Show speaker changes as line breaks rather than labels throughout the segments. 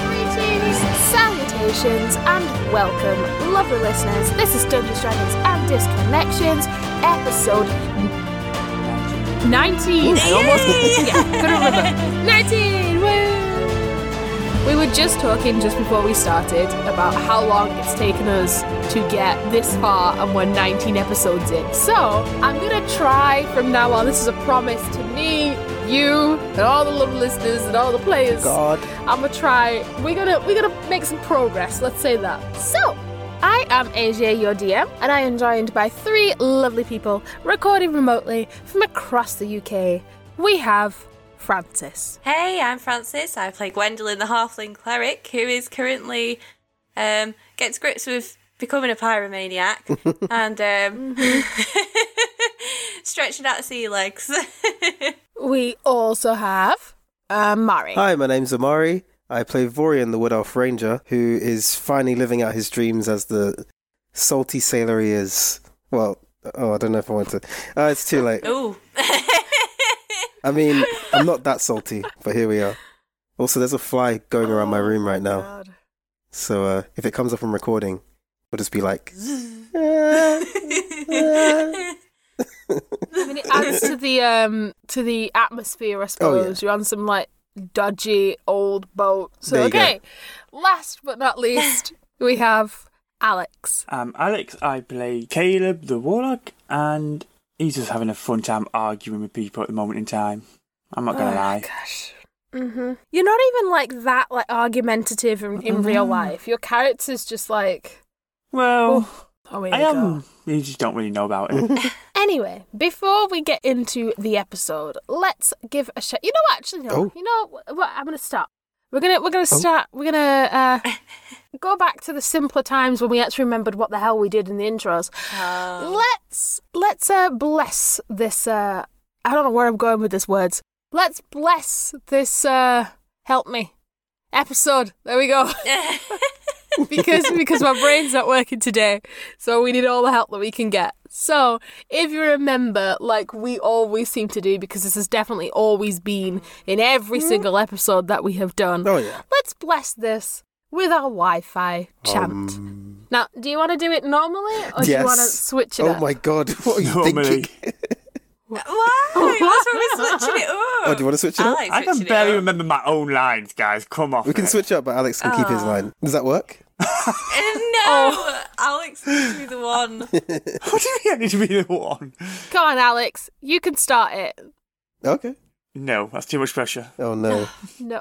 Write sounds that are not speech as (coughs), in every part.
Greetings, salutations, and welcome, lovely listeners. This is Dungeons, Dragons, and Disconnections, episode 19. I almost yeah, couldn't (laughs) remember. 19! Woo! We were just talking just before we started about how long it's taken us to get this far, and we're 19 episodes in. So, I'm gonna try from now on, this is a promise to me, you, and all the lovely listeners, and all the players.
God.
I'm gonna try. We're gonna we're gonna make some progress. Let's say that. So, I am AJ, your DM, and I am joined by three lovely people recording remotely from across the UK. We have Francis.
Hey, I'm Francis. I play Gwendolyn the Halfling Cleric, who is currently um, gets grips with becoming
(laughs)
a pyromaniac and um, stretching out sea legs.
We also have uh, Mari.
Hi, my name's Amari. I play Vorian the Wood Elf Ranger, who is finally living out his dreams as the salty sailor he is. Well, oh, I don't know if I want to. Uh, it's too late.
Ooh,
I
(laughs)
mean, I'm not that salty, but here we are. Also, there's a fly going around my room right now. So uh, if it comes up on recording, we'll just be like. "Ah, ah."
I mean, it adds to the um to the atmosphere, I
Oh, yeah.
suppose. You're on some like dodgy old boat. So
There you go.
okay. Last but not least, we have Alex.
Um, Alex, I play Caleb the Warlock, and he's just having a fun time arguing with people at the moment in time. I'm not gonna lie.
Oh, gosh. hmm You're not even like that like argumentative in, in real life. Your character's just like
Well,
oh, here
I
we go.
am. You just don't really
(laughs)
know about it.
Anyway, before we get into the episode, let's give a shout. You know, what, actually, no.
Oh.
You know what? what? I'm gonna stop. We're gonna we're
Oh.
gonna start. We're gonna
(laughs)
uh, go back to the simpler times when we actually remembered what the hell we did in the intros.
Oh.
Let's let's uh, bless this. Uh, I don't know where I'm going with this words. Let's bless this. Uh, help me episode. There we go. (laughs) because because my brain's not working today. So we need all the help that we can get. So if you remember, like we always seem to do, because this has definitely always been in every single episode that we have done.
Mm-hmm. Oh, yeah.
Let's bless this with our Wi-Fi chant. now, do you want to do it normally, or Oh, do you want to
Um, yes.
switch it
oh
up?
my god, (laughs) what are you
Normally.
thinking?
(laughs)
(laughs)
why? What's wrong with switching it up?
Oh, do you want to switch it
I
Ah.
up?
like
I can
switching it
barely
up.
remember my own lines, guys. Come on.
We can switch up, but Alex can keep
Ah.
his line. Does that work?
Uh, no,
(laughs) Oh.
Alex needs to be
(laughs)
the one.
(laughs) What do you mean I need to be the one?
Come on, Alex, you can start it.
Okay.
No, that's too much pressure.
(laughs)
Oh no.
No,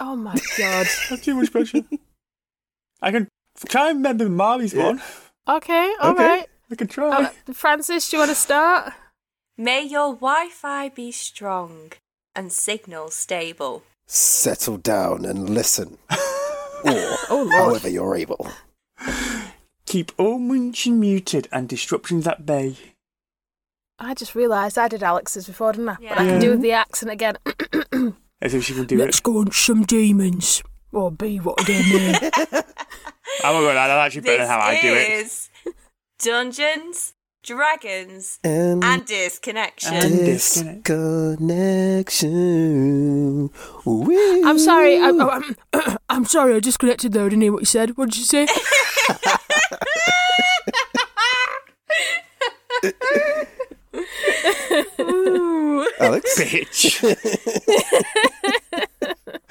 oh
(laughs)
my god.
That's too much pressure. I can try and remember Marley's one.
Okay, all
Okay.
right.
I can try.
Uh, Francis, do you want to start?
May your Wi-Fi be strong and signal stable.
Settle down and listen. Or
Oh,
however you're able.
Keep all munching muted and disruptions at bay.
I just realised I did Alex's before, didn't I? But I
Yeah.
can
Yeah.
do the accent again. (clears throat)
As if she can do
(laughs)
it.
go on some demons. Or B, what do they mean?
Oh my god, that's actually better than how I do it.
is Dungeons, Dragons,
And,
and Disconnection.
And- disconnect.
disconnection. Whee!
(laughs) I'm sorry. I'm, oh, I'm, (laughs) I'm sorry. I disconnected though. Didn't hear what you said. What did you say?
(laughs)
Alex.
Bitch.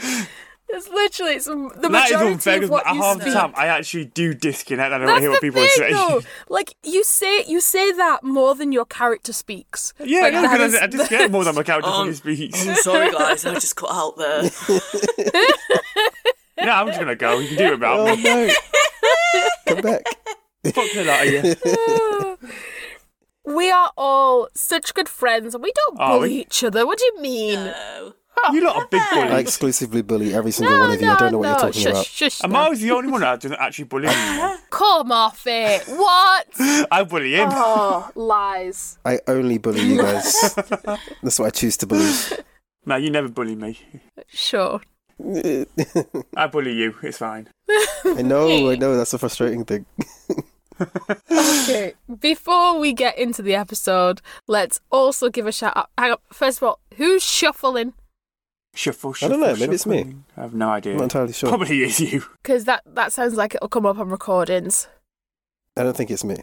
(laughs) It's literally it's the
That is
majority
unfair
of
because
what
at
you
half the
speak.
time I actually do disconnect. I don't
That's
hear
the
what people
thing,
are saying.
though. Like you say, you say that more than your character speaks.
(laughs) Yeah,
like,
no,
(laughs) that
because
is-
I, I disconnect more than my character
Um,
Oh.
fucking (laughs) speaks.
I'm (laughs) sorry, guys. I just cut out (laughs) there.
no, I'm just gonna go. You can do it about
Oh
me.
no. (laughs) Come back. Oh.
Fuck the lot of you.
(laughs) we are all such good friends, and we don't
Are
bully
we?
each other. What do you mean?
No.
(laughs) You lot are big bullies.
I exclusively bully every single one of you. I don't know what you're talking
shush,
about.
Shush,
Am
now.
I always the only one that doesn't actually bully
(laughs)
anyone?
Come off
(laughs)
it. What?
I bully him.
oh, lies.
I only bully you guys. That's what I choose to believe.
No, you never bully me.
Sure.
I bully you. It's fine.
I know, I know. That's a frustrating thing.
Okay. Before we get into the episode, let's also give a shout out. Hang on. First of all, who's shuffling?
Shuffle,
I
shuffle.
don't know, maybe it's me.
shuffling. I have no idea.
I'm not entirely sure.
Probably is you.
Because that, that sounds like it'll come up on recordings.
I don't think it's me.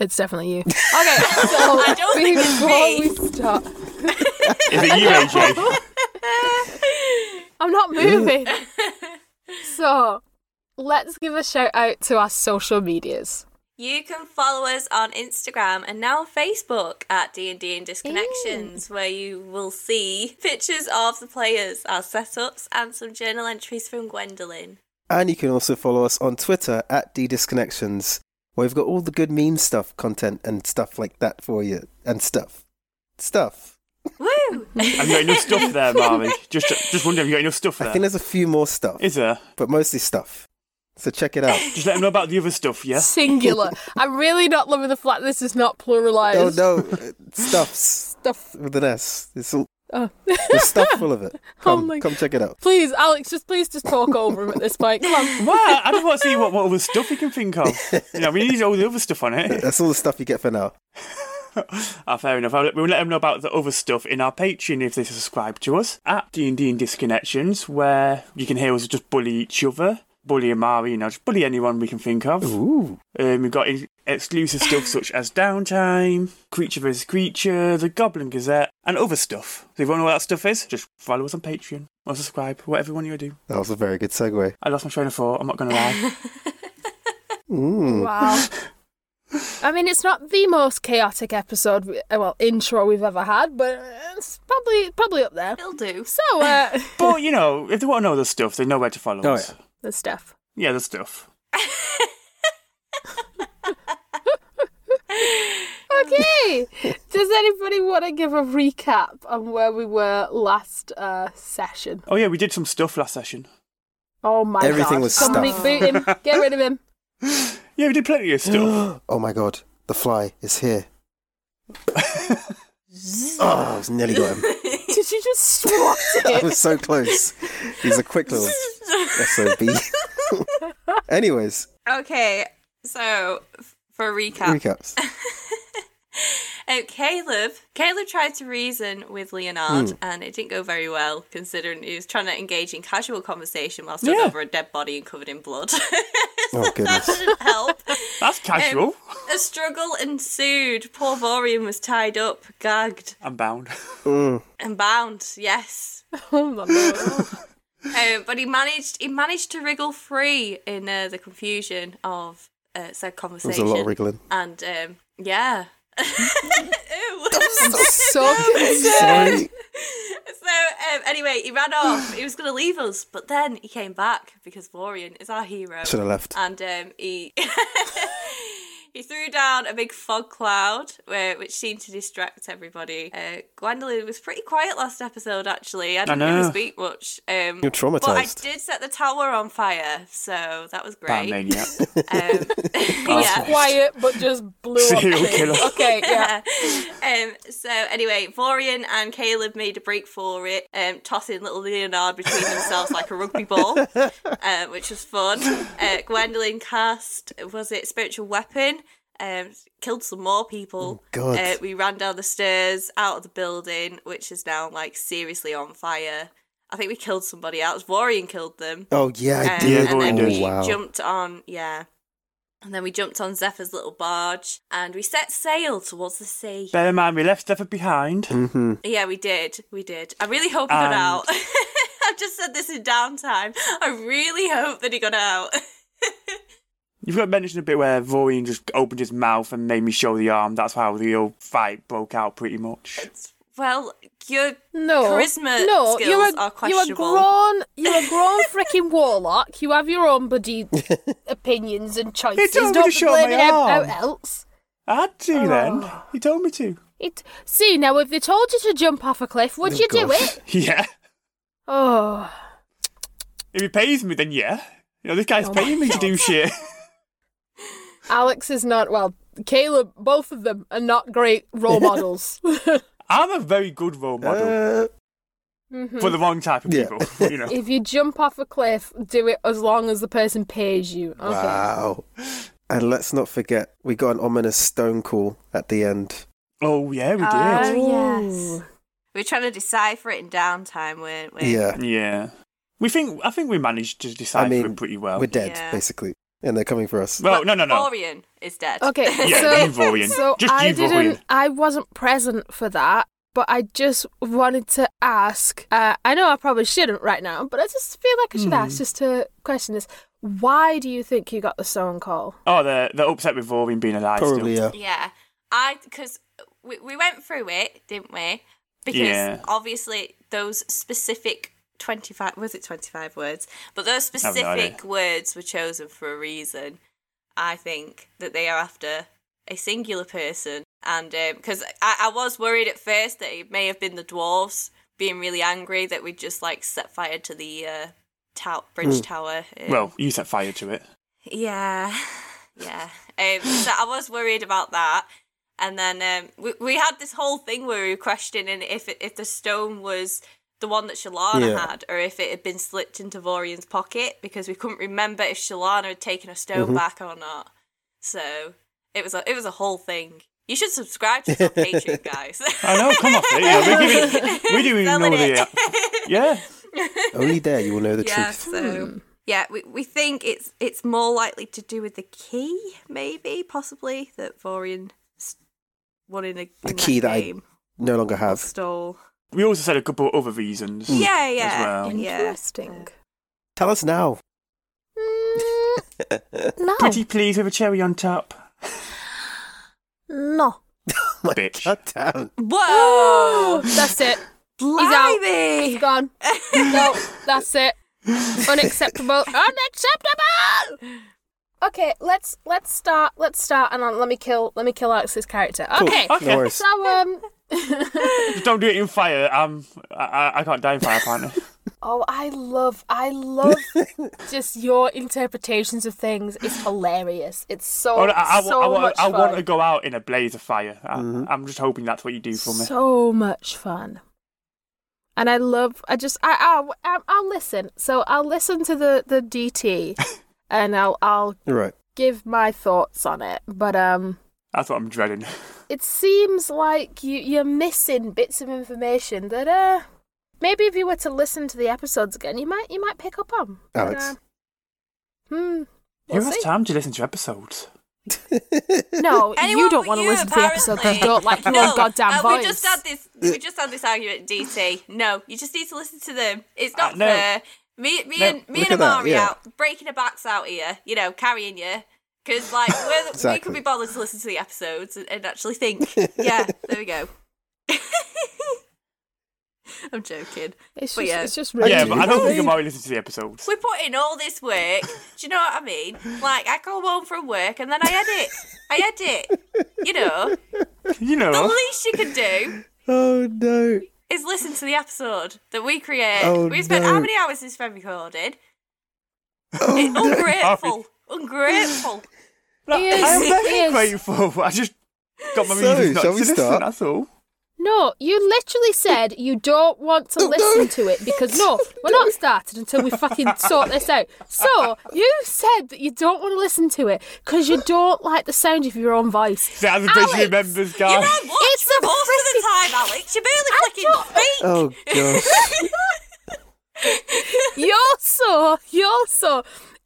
It's definitely you. Okay. So I
don't think it's
before we start,
Is
(laughs)
it you, AJ?
I'm
(laughs)
not moving. so let's give a shout out to our social medias.
You can follow us on Instagram and now Facebook at D&D and Disconnections where you will see pictures of the players, our setups and some journal entries from Gwendolyn.
And you can also follow us on Twitter at ddisconnections, where we've got all the good meme stuff, content, and stuff like that for you. And stuff. Stuff.
(laughs) Woo!
Have you got enough stuff there, Marvin?
(laughs)
Just, just wondering, have you got enough stuff
I think
there?
there's a few more stuff,
Is there?
but mostly stuff. So
(laughs)
check it out.
Just let him know about the other stuff, yeah?
(laughs)
Singular. I'm really not loving the fact this is not pluralized.
oh no, uh, stuffs
Stuff.
with an S. It's all,
Oh. (laughs)
there's stuff full of it.
Oh
Come,
my-
come check it out.
Please, Alex, just please just talk over him at this point. Come on.
(laughs)
What? I just want to see what, what other stuff he can think of. You know, we need all the other stuff on it.
That's all the stuff you get for now.
Ah, fair enough. I'll, we'll let them know about the other stuff in our Patreon if they subscribe to us at D and D and Disconnections, where you can hear us just bully each other, bully Amari, you know, just bully anyone we can think of.
Ooh.
Um, we've got in- exclusive stuff such as Downtime, Creature vs Creature, The Goblin Gazette, and other stuff. So if you want to know what that stuff is, just follow us on Patreon or subscribe, whatever one you do.
That was a very good segue.
I lost my train of thought. I'm not going
(laughs)
to lie.
Mm.
Wow. I mean, it's not the most chaotic episode, we- uh, well, intro we've ever had, but it's probably probably up there.
It'll do.
So,
(laughs)
uh,
but you know, if they want to know the stuff, they know where to follow
Oh,
us.
the stuff.
Yeah, the stuff.
Okay. Does anybody want to give a recap on where we were last uh, session?
Oh yeah, we did some stuff last session.
Oh my god.
Everything was
Somebody
stuff.
boot him. Get rid of him.
Yeah, we did plenty of stuff.
(gasps) oh my god, the fly
(laughs)
is here. oh, I was nearly got him.
Did you just (laughs) swat
(laughs) I
it?
was so close. He's a quick little SOB.
(laughs)
Anyways,
(laughs) Okay, so f- for recap.
recaps.
(laughs) Um, Caleb, Caleb tried to reason with Leonard,
Hmm.
and it didn't go very well, considering he was trying to engage in casual conversation while stood
Yeah.
over a dead body and covered in blood. (laughs)
Oh
that
goodness.
didn't help.
That's casual.
Um,
A struggle ensued. Poor Vorian was tied up, gagged,
(laughs)
I'm bound.
Mm.
and bound. Yes,
Oh my lord.
um, but he managed. He managed to wriggle free in uh, the confusion of uh, said
There was
conversation.
a lot of
(laughs)
wriggling.
and um, yeah. Ew.
So
(laughs) Sorry.
So um, anyway, he ran off. He was going to leave us, but then he came back because Vorian is our hero,
Should have left.
and um, he (laughs) he threw down a big fog cloud, uh, which seemed to distract everybody. Uh, Gwendolyn was pretty quiet last episode, actually. I didn't really
know.
speak much. Um,
You're
but I
traumatized.
did set the tower on fire, so that was
Bad
great.
maniac.
Um, (laughs) yeah.
quiet, but just blew up.
(laughs) Serial
things.
killer.
Okay, yeah.
(laughs) um, so anyway, Vorian and Caleb made a break for it, um, tossing little Leonard between themselves like a
(laughs)
rugby ball, uh, which was fun. Uh, Gwendolyn cast was it spiritual weapon, um, killed some more people.
Oh, God.
Uh, we ran down the stairs out of the building, which is now like seriously on fire. I think we killed somebody else. Vorian killed them.
Oh yeah, I
Um,
did.
Yeah,
and then
Vorian
oh
we
did.
wow.
jumped on, yeah. And then we jumped on Zephyr's little barge and we set sail towards the sea.
Bear in mind, we left Zephyr behind.
Mm-hmm.
yeah, we did. We did. I really hope he got
And-
out. (laughs) I've just said this in downtime. I really hope that he got out. (laughs)
You've got to mention a bit where Vorian just opened his mouth and made me show the arm. That's how the old fight broke out, pretty much.
well, your
No,
charisma
no,
skills
you're a,
are
You're a
questionable.
grown, you're a grown freaking warlock. You have your own
(laughs)
bloody opinions and choices.
told me
Don't
to
be
show my
blaming
arm.
everyone else.
I had to
Oh.
then. He told me to. (laughs)
It, see now, if they told you to jump off a cliff, would
Oh,
you do
(laughs)
gosh.
it?
Yeah.
Oh,
If he pays me, then yeah. You know, this guy's
Oh
paying me to do shit. (laughs)
Alex is not well. Caleb, both of them are not great role
(laughs)
models.
I'm a very good role
Uh,
model for the wrong type of
Yeah.
people. You know,
Mm-hmm.
(laughs)
if you jump off a cliff, do it as long as the person pays you. Okay.
Wow. And let's not forget, we got an ominous stone call at the end.
Oh yeah, we did.
Uh,
Ah. Oh,
Ooh.
yes. We were trying to decipher it in downtime, weren't we?
Yeah.
yeah, we think I think we managed to decipher
I mean,
it pretty well.
We're dead,
Yeah.
basically. And they're coming for us.
Well, no, no, no.
Orion is dead. (laughs)
Okay,
(laughs) Yeah,
so, (laughs)
you Vorian.
so
Just
I
you Vorian.
didn't. I wasn't present for that, but I just wanted to ask. Uh, I know I probably shouldn't right now, but I just feel like I should
Hmm.
ask just to question this. Why do you think you got the phone call?
Oh, they're they're upset with Vorin being alive.
Probably,
still.
yeah.
Yeah, I because we, we went through it, didn't we? Because
Yeah.
obviously those specific twenty five was it twenty five words, but those
have no idea.
specific words were chosen for a reason. I think that they are after a singular person, and because I, I was worried at first that it may have been the dwarves being really angry that we just like set fire to the uh, tow- bridge tower. um,
Hmm. Well, you set fire to it.
yeah, yeah. Um, so I was worried about that, and then um, we we had this whole thing where we were questioning if it, if the stone was the one that Shalana
Yeah.
had, or if it had been slipped into Vorian's pocket because we couldn't remember if Shalana had taken her stone
Mm-hmm.
back or not. So it was a it was a whole thing. You should subscribe
(laughs)
to us on Patreon, guys.
I know. Come off it. Yeah, we're giving.
(laughs)
We do even know
Selling
the. uh, Yeah.
Only there you will know
(laughs)
the
yeah,
truth.
so
Hmm.
yeah, we, we think it's it's more likely to do with the key, maybe, possibly that Vorian s- won in a
The
in
key that I
game
No longer have.
stole.
We also said a couple other reasons.
Yeah, yeah,
Oh.
well.
yeah. (laughs)
Interesting.
Tell us now.
(laughs)
Mm, no,
Pretty pleased with a cherry
(laughs)
on top.
no.
Oh My
Bitch.
God damn.
Whoa,
Oh, That's it.
blimey!
He's gone. no, that's it.
(laughs)
Unacceptable. Unacceptable. Okay, let's let's start. Let's start, and I'll, let me kill let me kill Alex's character.
Cool.
Okay,
Okay.
No worries.
so um, (laughs)
Just don't do it in fire. Um, I, I, I can't die in fire, apparently.
(laughs) oh, I love I love just your interpretations of things. It's hilarious. It's so
Oh, no, I, I, wa-
so
I, wa-
much
I
fun.
want to go out in a blaze of fire. I,
Mm-hmm.
I'm just hoping that's what you do for me.
So much fun. And I love. I just. I. I'll, I'll- I'll listen. So I'll listen to the the
(laughs)
DT, and I'll I'll
Right.
give my thoughts on it. But um,
That's what I'm dreading.
it seems like you you're missing bits of information that uh maybe if you were to listen to the episodes again, you might you might pick up on. But,
Alex.
uh, hmm.
You
we'll
have
see.
time to listen to episodes.
(laughs)
No,
Anyone
you don't
but
want to
you,
listen to the episode because you
apparently.
don't like your
(laughs) no,
own goddamn
uh,
voice.
We just had this. We just had this argument, DT. No, you just need to listen to them. It's not
Uh, no.
fair. Me, me,
No.
and me
Look
and
at that,
Amari
yeah.
out breaking our backs out here. You know, carrying you because like we're, we could
Exactly.
be bothered to listen to the episodes and, and
(laughs)
actually think. Yeah, there we go. (laughs) I'm joking.
It's
but
just,
yeah.
it's just really.
Yeah, but I don't
Really?
think I'm already listening to the episodes.
We put in all this work. Do you know what I mean? Like I come home from work and then I edit. I edit. You know,
You
the
know.
least you can do
Oh, no.
is listen to the episode that we create.
Oh,
we spent
no. Oh,
how many hours this been recorded? It's ungrateful.
(laughs)
Ungrateful.
No, I
Yes,
am very
yes.
grateful. I just got my
So,
reasons not
shall
to
we
listen,
start?
that's all.
No, you literally said you don't want to listen to it because no, we're not started until we fucking sort this out. So you said that you don't want to listen to it because you don't like the sound of your own voice.
That's a
Alex,
bitch remembers,
Oh.
You
guys.
don't watch
It's
the
a
most of the time, Alex. You barely
don't-
fucking speak.
Oh, gosh.
You also, you also.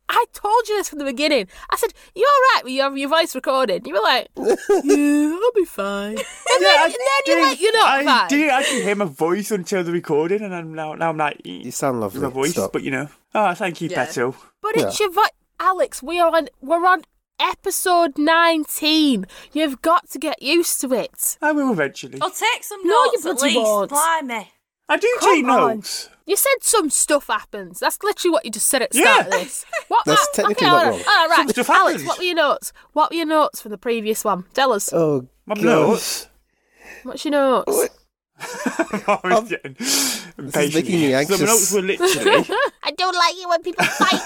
I told you this from the beginning. I said you're right with your, your voice recorded. You were like, "Yeah, I'll be fine." And then, and then you're like, "You're not
I
fine."
didn't actually hear my voice until the recording, and I'm now, now I'm like,
You sound lovely.
my voice,
Stop.
but you know. Ah, thank you,
Yeah.
Beto.
But it's your voice, Alex. We are on. We're on episode nineteen. You've got to get used to it.
I will eventually.
Oh,
I'll take some
No, you
notes at
bloody
least.
won't.
Blimey.
I do
Come
take
on.
notes.
You said some stuff happens. That's literally what you just said at the
Yeah.
start of this. What?
(laughs) That's
ah,
technically
okay,
not
all
wrong.
right, all right.
Some stuff
Alex,
happened.
what were your notes? What were your notes from the previous one? Tell us.
Oh,
My
gosh.
notes. (laughs)
Uh,
What's your notes?
I was
Um,
getting
This is making me
The notes
anxious.
were literally
(laughs)
I don't like it when people fight.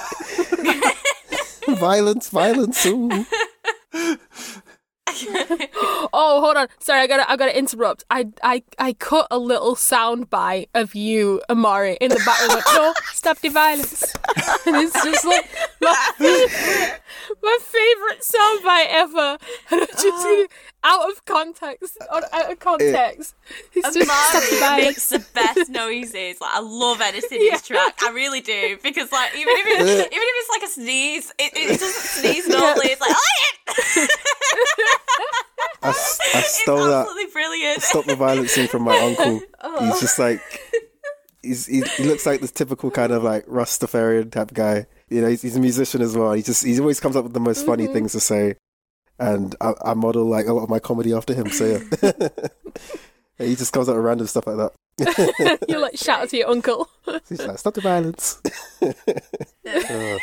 (laughs) violence, violence. Ooh.
oh, hold on. Sorry, I gotta I gotta interrupt. I I I cut a little sound bite of you, Amari, in the background. like, no, stop the violence. (laughs) and it's just like my favorite, my (laughs) favorite sound bite ever. (laughs) And I just out of context. Out out of context. It's just stop the
Amari
violence. (laughs)
(laughs) makes the best noises. Like I love editing his track. I really do because like even if
(laughs)
it, even if it's like a sneeze, it, it doesn't sneeze normally. It's like oh,
I, s- I
it's
stole that.
absolutely brilliant.
Stop the violence scene from my uncle. He's just like, he's, he, he looks like this typical kind of like Rastafarian type guy. You know, he's, he's a musician as well. He just he always comes up with the most funny things to say, and I, I model like a lot of my comedy after him. So yeah, (laughs) he just comes up with random stuff like that.
you like shout to your uncle. (laughs)
He's like, stop the violence. (laughs)
(laughs)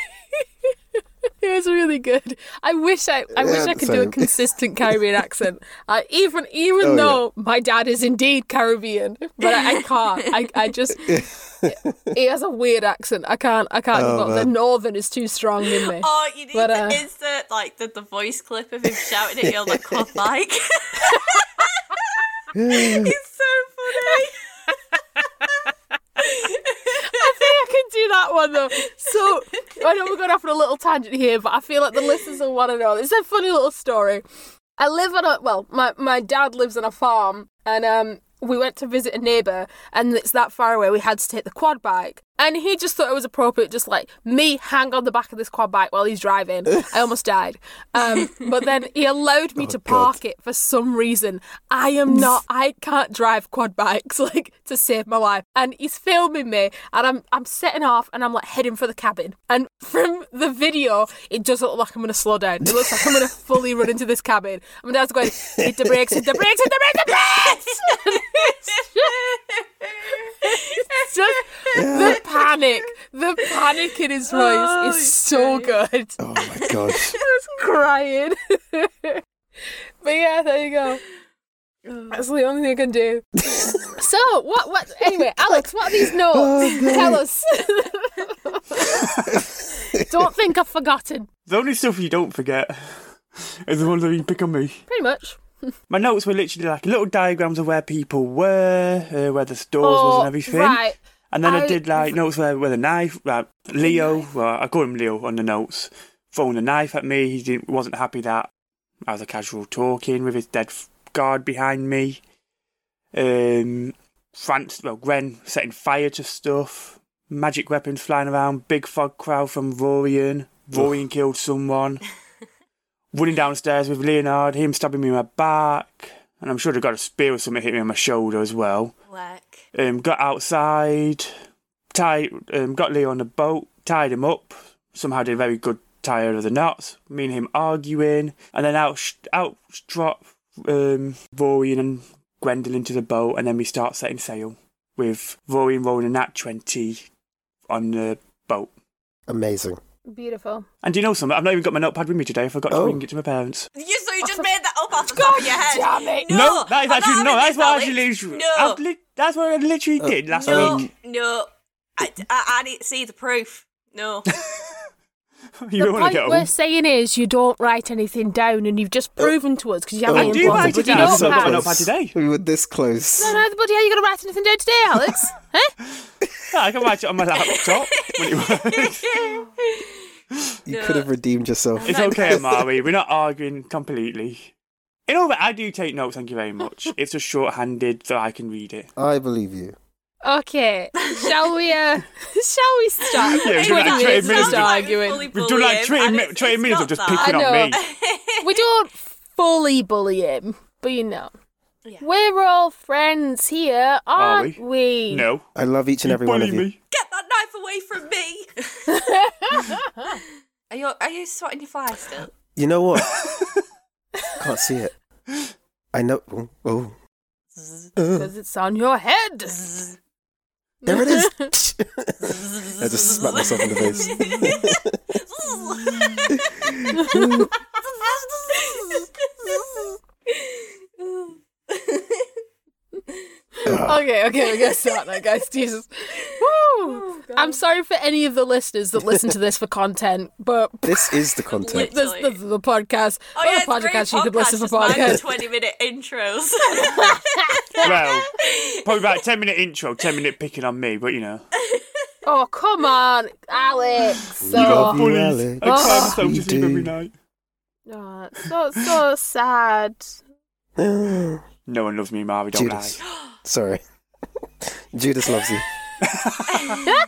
It was really good. I wish I, I wish
Yeah,
I could do a
same. (laughs)
consistent Caribbean accent. I, even even
Oh, yeah.
though my dad is indeed Caribbean, but I, I can't. I, I just
(laughs)
he has a weird accent. I can't. I can't.
Oh,
not- the
man.
Northern is too strong in me.
Oh, you need
But, uh,
to insert like the, the voice clip of him shouting at you on
(laughs)
the club (laughs) mic. it's so
I think I can do that one though. So I know we're going off on a little tangent here, but I feel like the listeners will want to know. It's a funny little story. I live on a well, my my dad lives on a farm, and um, we went to visit a neighbour, and it's that far away. We had to take the quad bike, and he just thought it was appropriate, just like me hang on the back of this quad bike while he's driving. I almost died, um, but then he allowed me to park it for some reason. I am not, I can't drive quad bikes (laughs) like to save my life, and he's filming me, and I'm I'm setting off, and I'm like heading for the cabin, and (laughs) from the video, it doesn't look like I'm gonna slow down. It looks like I'm gonna fully run into this cabin. And my dad's going, hit the brakes, hit the brakes, hit the brakes, hit the brakes! (laughs) It's just the panic, the panic in his voice is so good.
Oh my gosh.
I was crying. (laughs) but yeah, there you go. That's the only thing I can do. so what? What? Anyway, Alex, what are these notes? (laughs) Tell us. (laughs) Don't think I've forgotten.
the only stuff you don't forget is the ones that you pick on me.
Pretty much.
My notes were literally like little diagrams of where people were, uh, where the stores was, and everything.
Oh, right.
And then I,
I-
did like notes where with a knife, like Leo. Well, I call him Leo on the notes. Throwing a knife at me. He didn't, wasn't happy that I was a casual talking with his dead f- guard behind me. Um, France, well, Gren setting fire to stuff. Magic weapons flying around. Big fog crowd from Vorian. Vorian killed someone. Running downstairs with Leonard. Him stabbing me in my back. And I'm sure they got a spear or something hit me in my shoulder as well
funny. Work.
um, got outside, tied, um, got Leo on the boat, tied him up. Somehow did a very good tie out of the knots. Me and him arguing, and then out sh- out drop um, Vorian and Gwendolyn to the boat, and then we start setting sail with Vorian rolling a nat twenty on the boat.
Amazing.
Beautiful.
And do you know something? I've not even got my notepad with me today. I forgot to
Oh.
bring it to my parents.
You, so you just made that up off the top of your head.
damn it.
No,
no, that is
I'm
actually
not
no.
having this,
That's what I
Alex.
literally.
No.
I've li- that's what I literally
Oh.
did last
No,
week. (laughs)
no. I, I, I need to see the proof.
(laughs)
No.
You
the
don't want to
point
get home.
we're saying is you don't write anything down, and you've just proven to us because you
Oh,
haven't
I
even
do
bothered
write it
with your
down, so
notepad.
I don't buy today.
We were this close.
No, no, bloody hell, you going to write anything down today,
(laughs)
Alex? huh?
Yeah, I can write it on my (laughs) laptop. when it works.
You could have redeemed yourself.
it's okay, Amari. We're not arguing completely. In all that, I do take notes, thank you very (laughs) much. It's just shorthanded so I can read it.
I believe you.
Okay, shall we? Uh, (laughs) shall we start?
Yeah,
It
we've done
Twenty minutes
sounds
like 20 minutes
just
of-
like we
arguing.
fully
We've done like
bully him,
20,
and it's-
mi- 20
it's
minutes
not
of just
that.
picking
I
on me.
know. we don't fully bully him, but you know. We're all friends here,
Are
aren't
we?
(laughs)
we?
No.
I love each and every one
Bully
of you.
me.
Get that knife away from
(laughs)
me. are you are you swatting your fire still?
You know
(laughs)
what? Can't see it. I know. Oh, oh. Uh,
Because it's on your
(laughs)
head. (sighs)
there it
(laughs)
is. (laughs) I just smacked myself in the face.
(laughs)
Oh,
Okay, okay, we're gonna start now, guys. (laughs) Jesus.
Oh,
Woo! I'm sorry for any of the listeners that listen to this for content, but (laughs)
This is the content.
this, this is the podcast.
Oh yeah, it's
the
a great
podcast you could listen for
just mine with
podcast.
Twenty minute
(laughs)
intros.
well, probably about a 10 minute intro, 10 minute picking on me, but you know.
Oh come on, Alex. Oh,
love you.
Bullies.
Alex.
I climb stones
We
with him every
do.
night.
Oh, it's so so sad.
No one loves me, Marvy, don't
Judas. (sighs) Sorry. Judas loves you.
lie.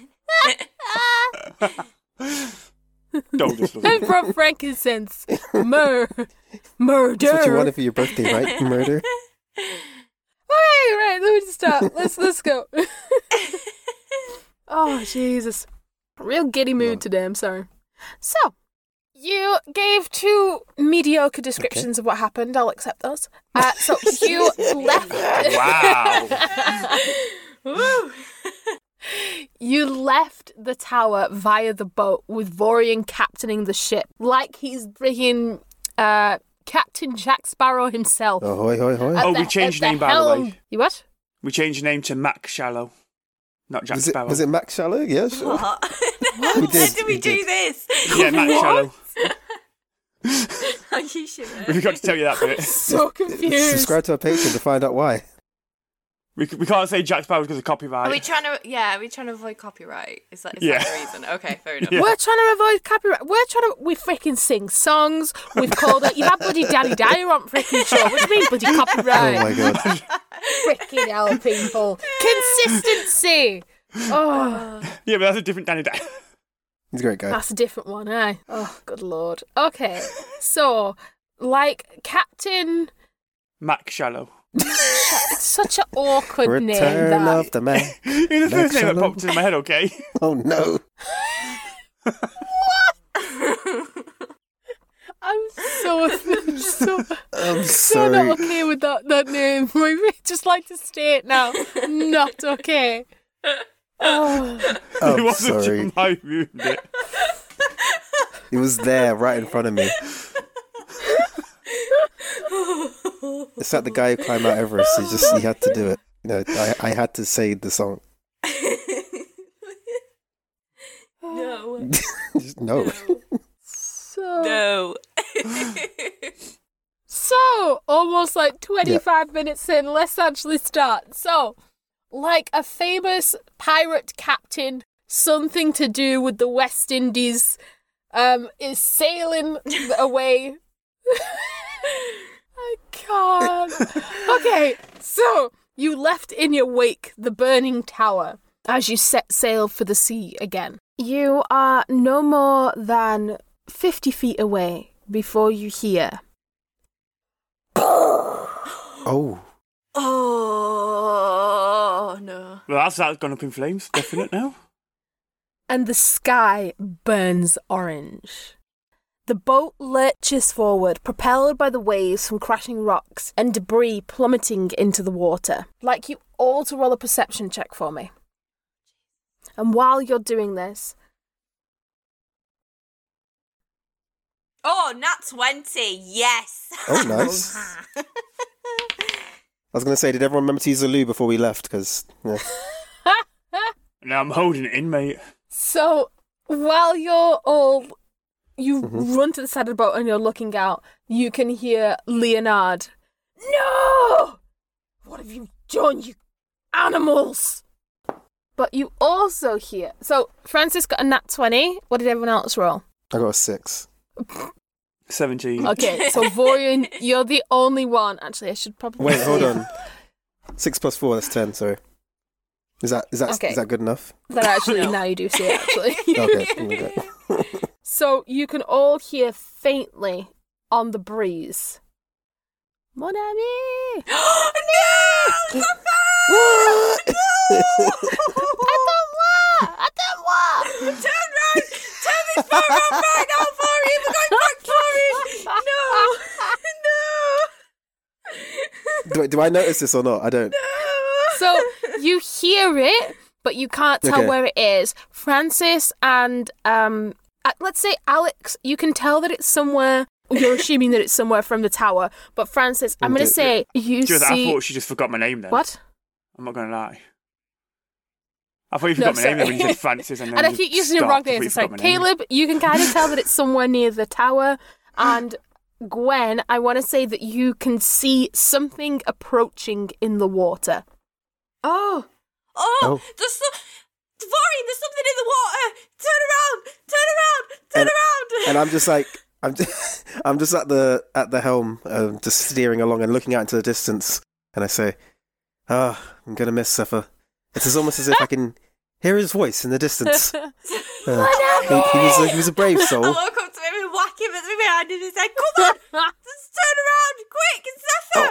Don't just love
(laughs)
me.
I'm from frankincense. Mur murder.
That's what you wanted for your birthday,
(laughs)
right? Murder.
Okay, right, let me just stop. Let's let's go. (laughs) oh Jesus. Real giddy mood today, I'm sorry. So you gave two mediocre descriptions of what happened. I'll accept those. Uh,
(laughs)
so you left.
Wow.
Woo.
You left the tower via the boat with Vorian captaining the ship like he's freaking uh, Captain Jack Sparrow himself.
Oh, hoy, hoy, hoy.
At
Oh, we
the-
changed
at
name, by the way.
helm. You what?
We changed the name to Mac Shallow, not Jack
was, it,
Sparrow.
was it Max Shallow? Yeah, sure.
(laughs)
What?
We
When
did,
did
we
we do
did.
this?
Yeah,
(laughs)
Mac Shallow.
Are you sure?
We forgot to tell you that bit.
(laughs) So confused.
Subscribe to our Patreon to find out why.
We, c- we can't say Jack Sparrow because of copyright.
Oh,
Are we trying to? Yeah, are we trying to avoid copyright? Is that, is
Yeah.
that the reason? Okay,
(laughs)
fair enough.
Yeah.
We're trying to avoid copyright. We're trying to. We freaking sing songs. We've called it. You've had bloody Daddy Dyer on freaking show. What do you mean bloody
Oh
(laughs)
copyright?
my god.
Freaking hell, people. Consistency. Oh,
yeah, but that's a different Danny Dan. (laughs)
He's a great guy.
that's a different one, eh? Oh, good lord. Okay, so like Captain,
Mac Shallow.
such an awkward name.
Return
That.
of the man.
You're the
Mac
first name that
Shallow?
popped into my head, okay? (laughs)
Oh no.
I'm so (laughs) I'm so so
I'm sorry.
not okay with that that name. (laughs) I would just like to state now, not okay. Oh.
it
I'm
wasn't
sorry.
my ruined it.
It was there right in front of me. It's like the guy who climbed Mount Everest. He just he had to do it. You know, I, I had to say the song.
no.
Just no.
So,
No.
so almost like 25 minutes in, let's actually start. So, like a famous pirate captain, something to do with the West Indies, um, is sailing away. (laughs) I can't. Okay, so you left in your wake the burning tower as you set sail for the sea again. You are no more than 50 feet away before you hear.
Oh.
Oh no.
Well, that's, that's gone up in flames, definite now.
and the sky burns orange. The boat lurches forward, propelled by the waves from crashing rocks and debris plummeting into the water. Like you all to roll a perception check for me. And while you're doing this,
Oh, not twenty.
(laughs)
Yes. (gasps)
Oh, nice.
I
I was gonna say, did everyone remember to use the loo before we left? Because yeah.
Now I'm holding it in, mate.
so while you're all, you
Mhm.
run to the side of the boat and you're looking out, you can hear Leonard. No! What have you done, you animals? But you also hear. So Francis got a nat 20. What did everyone else roll?
I got a six.
17.
Mm.
Okay,
(laughs)
so Vorian, you're the only one. Actually, I should probably.
Wait, hold on. Six plus four, that's ten, sorry. Is that is that is
Okay.
that good enough?
That actually, now you do see it, actually.
(laughs) Okay. Oh okay.
So you can all hear faintly on the breeze. Mon ami!
no.
(gasps) Attends-moi! Attends-moi!
Turn round. Turn this far round right now, Fari. We're going back, Fari.
(laughs) do,
No.
I- do I notice this or not? I don't.
So you hear it, but you can't tell
Okay.
where it is. Francis and um, uh, let's say Alex, you can tell that it's somewhere. You're assuming that it's somewhere from the tower, but Francis, I'm going
Okay.
to say you
Just- I
see
thought she just forgot my name then.
what?
I'm not going to lie. I thought you forgot
No,
my name there
sorry.
when you said Francis.
(laughs)
And, then
And I
you
keep using the
stopped.
wrong
I thought
names.
you
It's
forgot
like
my name.
Caleb. You can kind of tell that it's somewhere near the tower, and Gwen. I want to say that you can see something approaching in the water.
Oh. Oh,
Oh.
there's some. Maureen, there's something in the water. Turn
And-
around. Turn around. Turn around.
and I'm just like I'm just, (laughs) I'm just at the at the helm, um, just steering along and looking out into the distance, and I say, "Ah, I'm gonna miss Sepha." It's as almost as if I can hear his voice in the distance. Uh, (laughs) he, he was a, he was a brave
I (laughs)
soul.
woke up to him and whack him at the behind and he said, Come on, just turn around, quick, it's
Oh.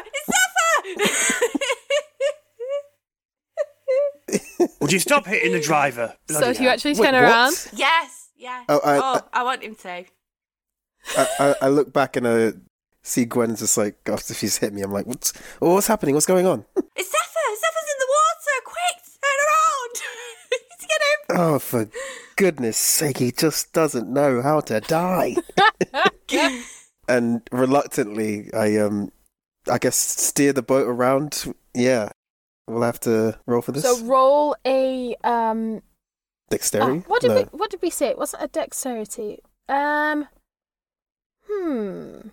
Zephyr, it's
Would you stop hitting the driver?
(laughs) so do
Bloody
you
hell.
actually
Wait,
turn
what?
around?
Zephyr! (laughs) yes, yes.
Oh,
Oh,
I-
I,
I-
want him to.
I, I, I look back and I see Gwen's just like after she's hit me. I'm like, "What's oh, what's happening? What's going on?" (laughs)
It's Zephyr, Zephyr's in the water, quick, turn around. Let's get
Oh,
him.
for goodness sake, he just doesn't know how to die.
(laughs)
and reluctantly, I um, I guess steer the boat around. Yeah, we'll have to roll for this
So roll a um.
dexterity.
oh, what did
No.
we What did we say? Was it a dexterity? Um. Hmm.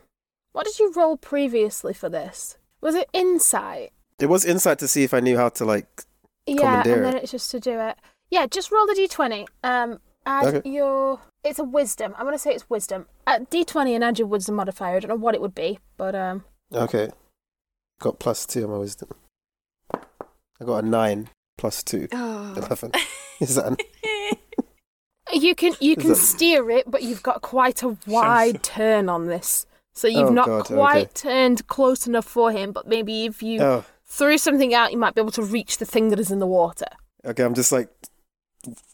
What did you roll previously for this? Was it insight?
It was insight to see if I knew how to like.
Yeah,
Commandeer
and then
it.
it's just to do it. Yeah, just roll the d20. Um, add
Okay.
your. It's a wisdom. I'm gonna say it's wisdom. Add d20 and add your wisdom modifier. I don't know what it would be, but um,
Okay, got plus two on my wisdom. I got a nine plus two.
Oh. (laughs)
Eleven. Is that?
you can you
Is
can
that-
steer it, but you've got quite a wide turn on this, so you've
Oh,
not
God, okay.
quite turned close enough for him. But maybe if you
Oh,
threw something out, you might be able to reach the thing that is in the water.
Okay, I'm just like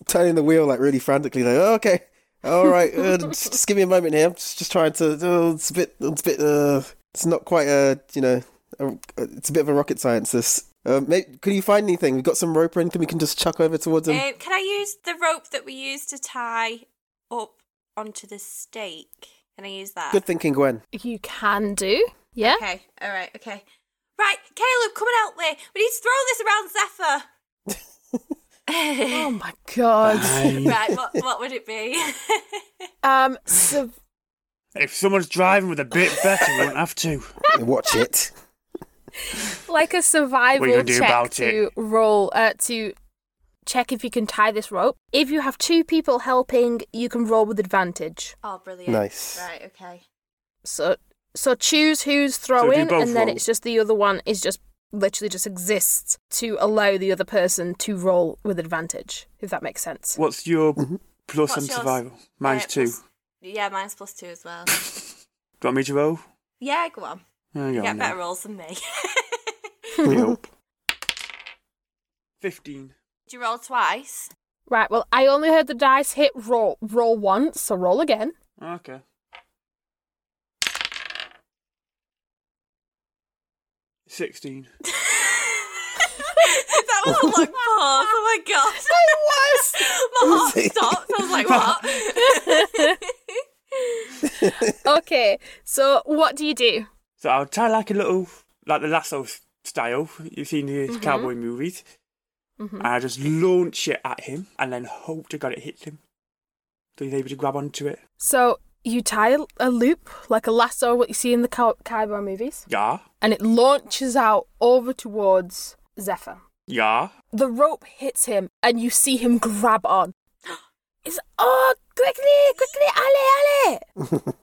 turning the wheel like really frantically. Like, "Oh, okay, all right, uh, (laughs) just, just give me a moment here. I'm just, just trying to. Oh, it's a bit. It's a bit. Uh, it's not quite a. You know, a, it's a bit of a rocket science. This. Uh, mate, can you find anything? We've got some rope or anything we can just chuck over towards him.
Um, can I use the rope that we used to tie up onto the stake? Can I use that?
Good thinking, Gwen.
You can do. Yeah.
Okay, all right, okay. Right, Caleb, come and help me. We need to throw this around Zephyr. (laughs)
Oh my god. (laughs)
(laughs)
Fine.
right, what, what would it be? (laughs)
Um. So
if someone's driving with a bit better, we won't
(laughs)
have to.
Watch it. (laughs)
like a survival
What you gonna do
check
about
to roll uh, to check if you can tie this rope. If you have two people helping, you can roll with advantage.
oh, brilliant.
Nice.
Right, okay.
So so choose who's
do
throwing,
both
and then
roll.
it's just the other one is just literally just exists to allow the other person to roll with advantage. If that makes sense.
What's your
Mm-hmm.
plus
What's
and
yours?
survival? Mine's
Uh,
two.
plus- yeah, mine's plus two as well.
Do you want me to roll?
yeah, go on.
There
You
you go.
get better
now.
rolls than me. (laughs)
We (laughs) hope.
Fifteen.
Did you roll twice?
Right. Well, I only heard the dice hit roll roll once, so roll again.
Okay. Sixteen.
that was a long pause. Oh my
(laughs)
god.
was.
My heart stopped. I was like, what?
(laughs) okay. So what do you do?
So I'll tie like a little, like the lasso s- style you've seen in
Mm-hmm.
the cowboy movies. And I just launch it at him and then hope to God it hits him. So he's able to grab onto it.
So you tie a- a loop like a lasso, what you see in the cow- cowboy movies,
Yeah,
and it launches out over towards Zephyr.
yeah.
The rope hits him, and you see him grab on. (gasps) It's oh, quickly, quickly, alley, alley.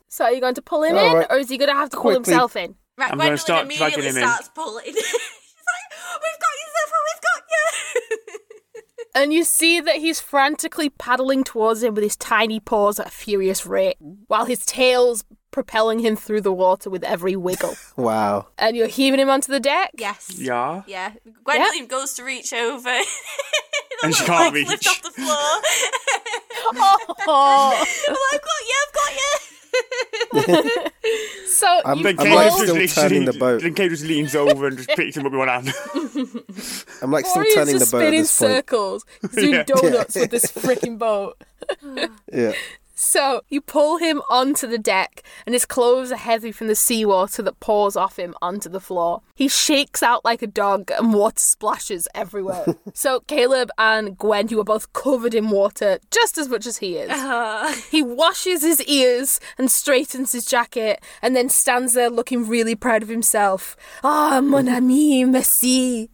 (laughs)
so are you going to pull him
All
in,
right.
or is he going to have to pull
Quickly.
himself in?
Right,
I'm
Gwendolyn
gonna start
immediately
dragging him in.
starts pulling. (laughs) She's like, we've got you, Zephyr, we've got you. (laughs)
And you see that he's frantically paddling towards him with his tiny paws at a furious rate, while his tail's propelling him through the water with every
(laughs)
wiggle.
Wow.
and you're heaving him onto the deck.
yes.
Yeah.
Yeah. Gwendolyn goes to reach over. (laughs)
And she
Her
can't
legs Lift
reach.
off the floor. (laughs)
(laughs)
I'm
(laughs)
Oh.
like, I've got you, I've got you.
So
I'm
you roll,
I'm like
Then Caleb just
still
literally-
turning the boat.
Then Caleb just leans over and just picks him up with one
(laughs)
hand.
I'm like still
Warriors
turning the
just
boat at
spinning
(laughs) this point.
circles, doing
Yeah.
donuts with this freaking boat.
Yeah.
So you pull him onto the deck, and his clothes are heavy from the seawater that pours off him onto the floor. He shakes out like a dog, and water splashes
(laughs)
everywhere. so Caleb and Gwen, who are both covered in water just as much as he
Uh-huh.
is,
Uh.
he washes his ears and straightens his jacket, and then stands there looking really proud of himself. Ah, mon ami, merci.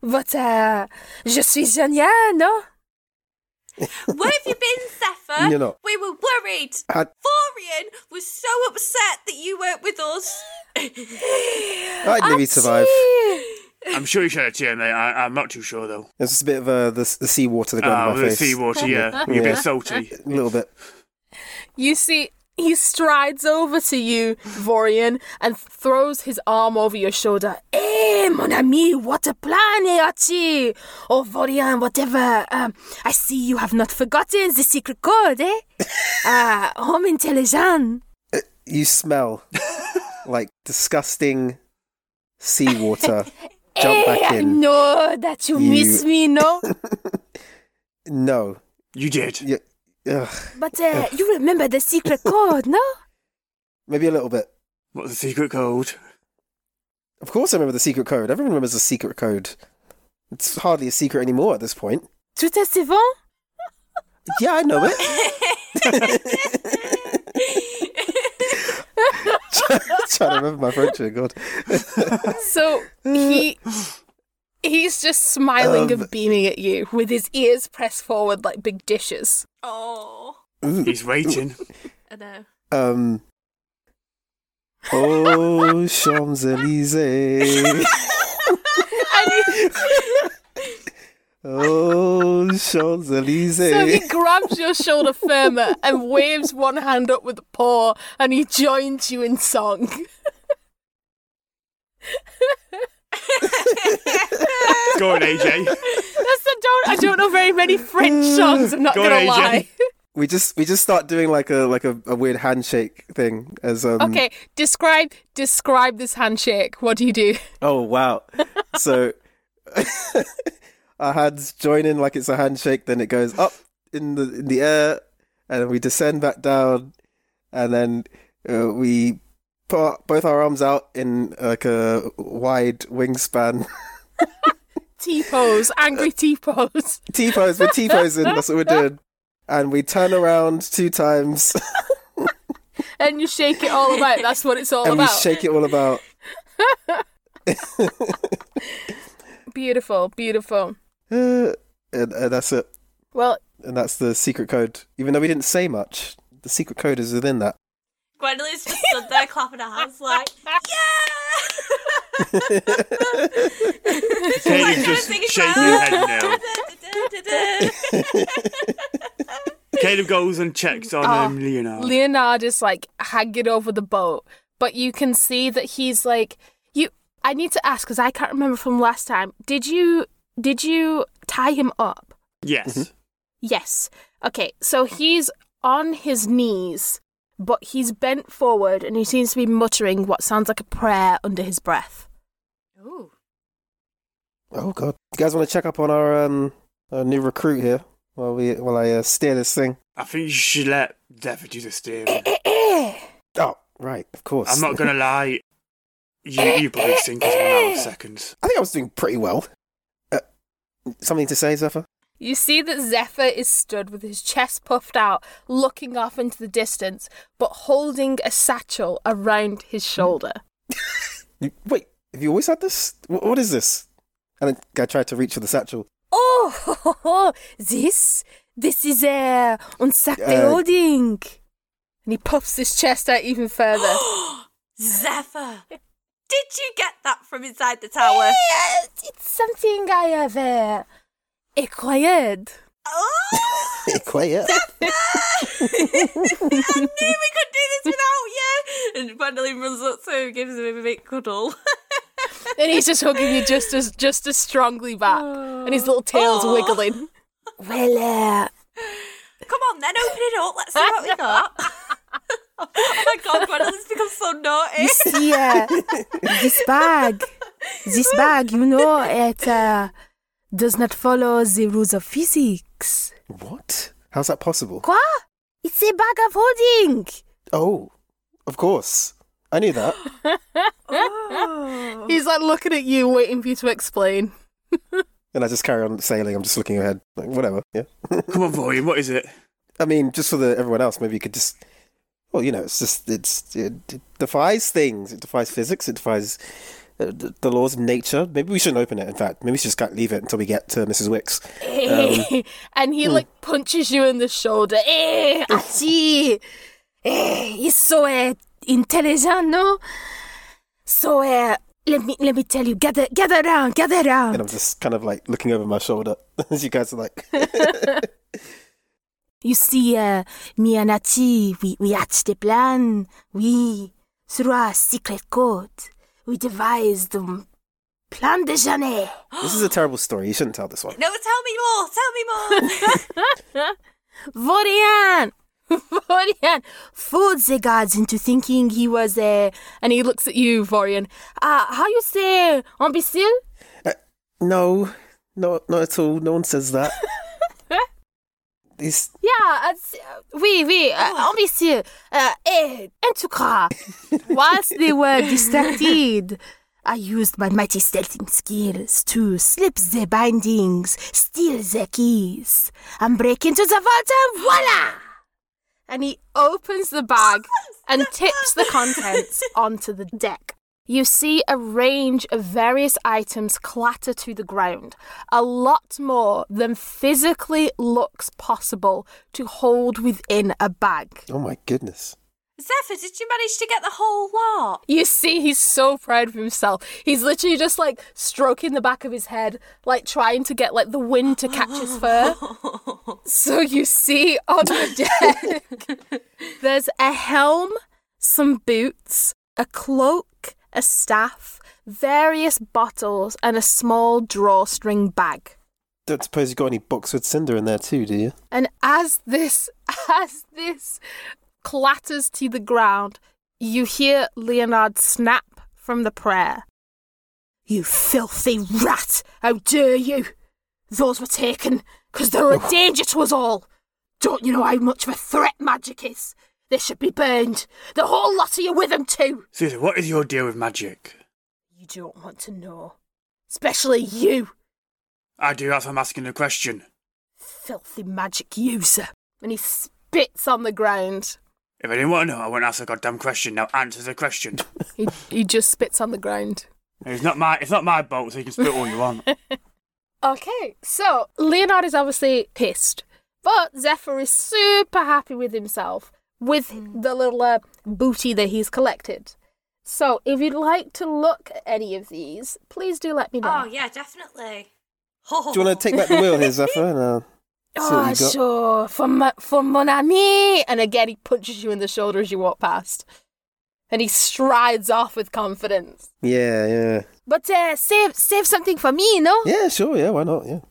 But uh, je suis génial, no?
Where have you been, Zephyr?
You're not.
We were worried.
I,
Florian was so upset that you weren't with us.
I'd maybe survive.
I'm sure you should have cheered, mate. I, I'm not too sure though.
It's just a bit of uh, the, the seawater that got
Ah,
in my
the
face.
seawater, yeah. You're a bit salty.
A little bit.
You see, he strides over to you, Vorian, and throws his arm over your shoulder. Eh, mon ami, what a plan, eh, Archie? Oh, Vorian, whatever. Um, I see you have not forgotten the secret code, eh? Ah, homme intelligent. (laughs)
You smell like disgusting
(laughs)
seawater. Jump
eh,
back
I
in.
know that you,
You-
miss me,
(laughs)
no?
No.
You did.
Y- ugh.
But uh, you remember the secret code, no?
Maybe a little bit.
What's the secret code?
Of course, I remember the secret code. Everyone remembers the secret code. It's hardly a secret anymore at this point.
Tout est si bon?
Yeah,
(laughs)
I know it. (laughs) trying to remember my French here, God.
So he he's just smiling
Um,
and beaming at you with his ears pressed forward like big dishes.
oh,
He's waiting.
I know.
Um. Oh, Champs Elysees.
And he,
Oh, Champs
so he
Elysees.
grabs
(laughs)
your shoulder firmer and waves one hand up with the paw, and he joins you in song.
Go on,
(laughs)
AJ.
That's the don't. I don't know very many French songs. I'm not
Go on,
gonna
AJ.
lie.
We just we just start doing like a like a, a weird handshake thing as um.
Okay, describe describe this handshake. What do you do?
Oh wow! so (laughs) our hands join in like it's a handshake. Then it goes up in the in the air, and then we descend back down, and then uh, we put our- both our arms out in like a wide wingspan (laughs)
T pose, angry T pose.
T pose. We're T posing. That's what we're doing. And we turn around two times,
and you shake it all about. That's what it's all
and we
about.
shake it all about.
beautiful, beautiful.
Uh, and, and that's it.
Well,
And that's the secret code. Even though we didn't say much, the secret code is within that.
Gwendolyn's just stood there clapping her hands like, yeah!
Caleb's just
Sing it
shaking his
out.
head now.
Da-da-da-da-da.
Caleb goes and checks on
Oh,
um, Leonard.
Leonard is like hanging over the boat, but you can see that he's like you. I need to ask because I can't remember from last time. Did you did you tie him up?
Mm-hmm.
yes.
Yes. Okay. So he's on his knees, but he's bent forward and he seems to be muttering what sounds like a prayer under his breath.
Ooh.
Oh god! You guys want to check up on our um our new recruit here while we while I uh, steer this thing?
I think you should let Zephyr do the steering.
Oh right, of course.
I'm not gonna lie. You, you probably sink us in about seconds.
(laughs) I think I was doing pretty well. Uh, something to say, Zephyr?
You see that Zephyr is stood with his chest puffed out, looking off into the distance, but holding a satchel around his shoulder.
You, wait, have you always had this? Wh- what is this? And I, I tried to reach for the satchel.
Oh, (laughs) ho, ho, ho, this, this is a uh, un sac de
Uh,
holding. And he puffs his chest out even
(gasps)
further. (gasps)
Zephyr, did you get that from inside the tower?
Yes, it's something I have uh, acquired.
Oh,
Quiet.
I knew we could do this without you! And Gwendolyn runs up to him and gives him a big cuddle.
(laughs) And he's just hugging you just as just as strongly (gasps) back, and his little tail's
Aw.
wiggling. Oh. Well, uh,
Come on then, open it up, let's see what we got. oh my god, Gwendolyn's become so naughty.
see uh, this bag.
(laughs)
This bag, you know, it uh, does not follow the rules of physics.
what? How's that possible?
Quoi?
It's a bag of holding.
Oh, of course. I knew that.
Oh. He's like looking at you, waiting for you to
(laughs)
explain.
and I just carry on sailing. I'm just looking ahead. Like, whatever. Yeah.
Come on, boy, what is it?
I mean, just for the everyone else, maybe you could just. Well, you know, it's just it's it, it defies things. It defies physics. It defies uh, the, the laws of nature. Maybe we shouldn't open it. In fact, maybe we should just can't leave it until we get to Mrs. Wicks.
and he like punches you in the shoulder. (laughs)
Eh, Archie. eh, he's so uh, intelligent, no? So uh, let me let me tell you. Gather gather around, gather around.
And I'm just kind of like looking over my shoulder (laughs) as you guys are like.
You see, uh, me and Ati, we, we hatched a plan. We, through our secret code, we devised um, plan de Janet.
this is a terrible story. You shouldn't tell this one.
No, tell me more. Tell
(laughs)
me more.
Vorian! Vorian fooled the gods into thinking he was uh, a.
And he looks at you, Vorian. Uh, how you say imbecile?
No, no, not at all. No one says that. These
Yeah, it's, oui, oui, uh, ambitieux, uh, eh, en tout cas. Whilst they were distracted, I used my mighty stealthing skills to slip the bindings, steal the keys, and break into the vault and voila!
And he opens the bag and tips the contents onto the deck. You see a range of various items clatter to the ground, a lot more than physically looks possible to hold within a bag.
Oh my goodness.
Zephyr, did you manage to get the whole lot?
You see, he's so proud of himself. He's literally just like stroking the back of his head, like trying to get like the wind to catch his fur. so you see on the deck, there's a helm, some boots, a cloak, a staff, various bottles, and a small drawstring bag.
Don't suppose you got any books with Cinder in there too, do you?
And as
(laughs)
this, as this clatters to the ground, you hear Leonard snap from the prayer.
You filthy rat! How dare you! Those were taken because they were a danger to us all! Don't you know how much of a threat magic is? They should be burned! The whole lot of you with them, too!
Susan, what is your deal with magic?
You don't want to know. Especially you,
I do, that's why I'm asking the question.
filthy magic user.
And he spits on the ground.
If I didn't want to know, I wouldn't ask a goddamn question. Now answer
(laughs)
the question.
He, he just spits on the ground.
it's not my it's not my boat, so you can spit all you want.
(laughs) Okay, so Leonard is obviously pissed, but Zephyr is super happy with himself with the little uh, booty that he's collected. So, if you'd like to look at any of these, please do let me know.
Oh yeah, definitely.
Do
Oh.
you want to take back the wheel here, Zephyr? And, uh, see what
Ah,
you got?
sure,
Oh, For, my, for mon ami! And again, he punches you in the shoulder as you walk past. And he strides off with confidence.
Yeah, yeah.
but uh, save save something for me, no?
Yeah, sure, yeah, why not? Yeah.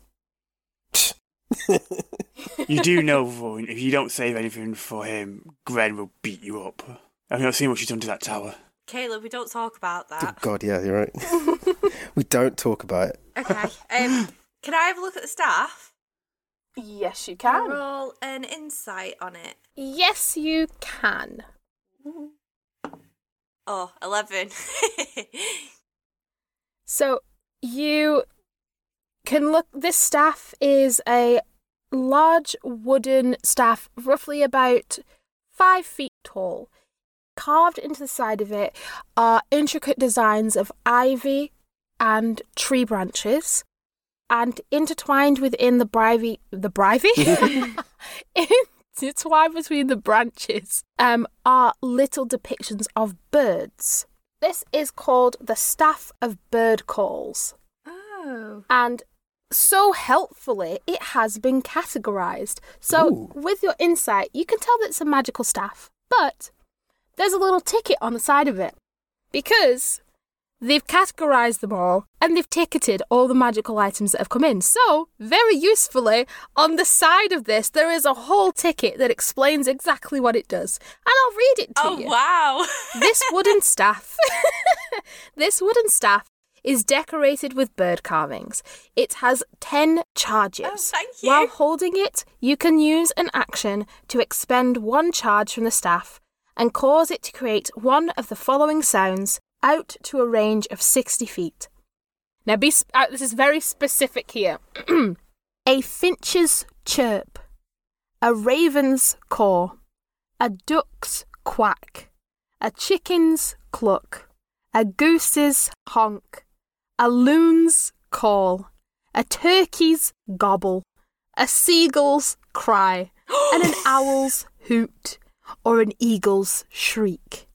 you do know, Vaughan, if you don't save anything for him, Gren will beat you up. I've not seen what she's done to that tower.
Caleb, we don't talk about
Ah.
Oh,
that.
God, yeah, you're right. (laughs) we don't talk about it.
Okay. Um, can I have a look at the staff?
Yes, you
Roll an insight on it.
Yes, you can.
Oh, (laughs) 11.
So you can look. This staff is a large wooden staff, roughly about five feet tall. Carved into the side of it are intricate designs of ivy and tree branches, and intertwined within the brivy, the brivy, (laughs) intertwined between the branches, um, are little depictions of birds. This is called the Staff of Bird Calls,
oh.
and so helpfully, it has been categorized. So,
Ooh.
with your insight, you can tell that it's a magical staff, but there's a little ticket on the side of it because they've categorized them all and they've ticketed all the magical items that have come in. So, very usefully, on the side of this, there is a whole ticket that explains exactly what it does, and I'll read it to
Oh,
you
wow.
this wooden staff this wooden staff is decorated with bird carvings. It has 10 charges.
Oh, thank you.
While holding it, you can use an action to expend one charge from the staff and cause it to create one of the following sounds out to a range of 60 feet. Now, be sp- uh, this is very specific here. (clears throat) a finch's chirp, a raven's caw, a duck's quack, a chicken's cluck, a goose's honk, a loon's call, a turkey's gobble, a seagull's cry, and an owl's hoot, or an eagle's shriek.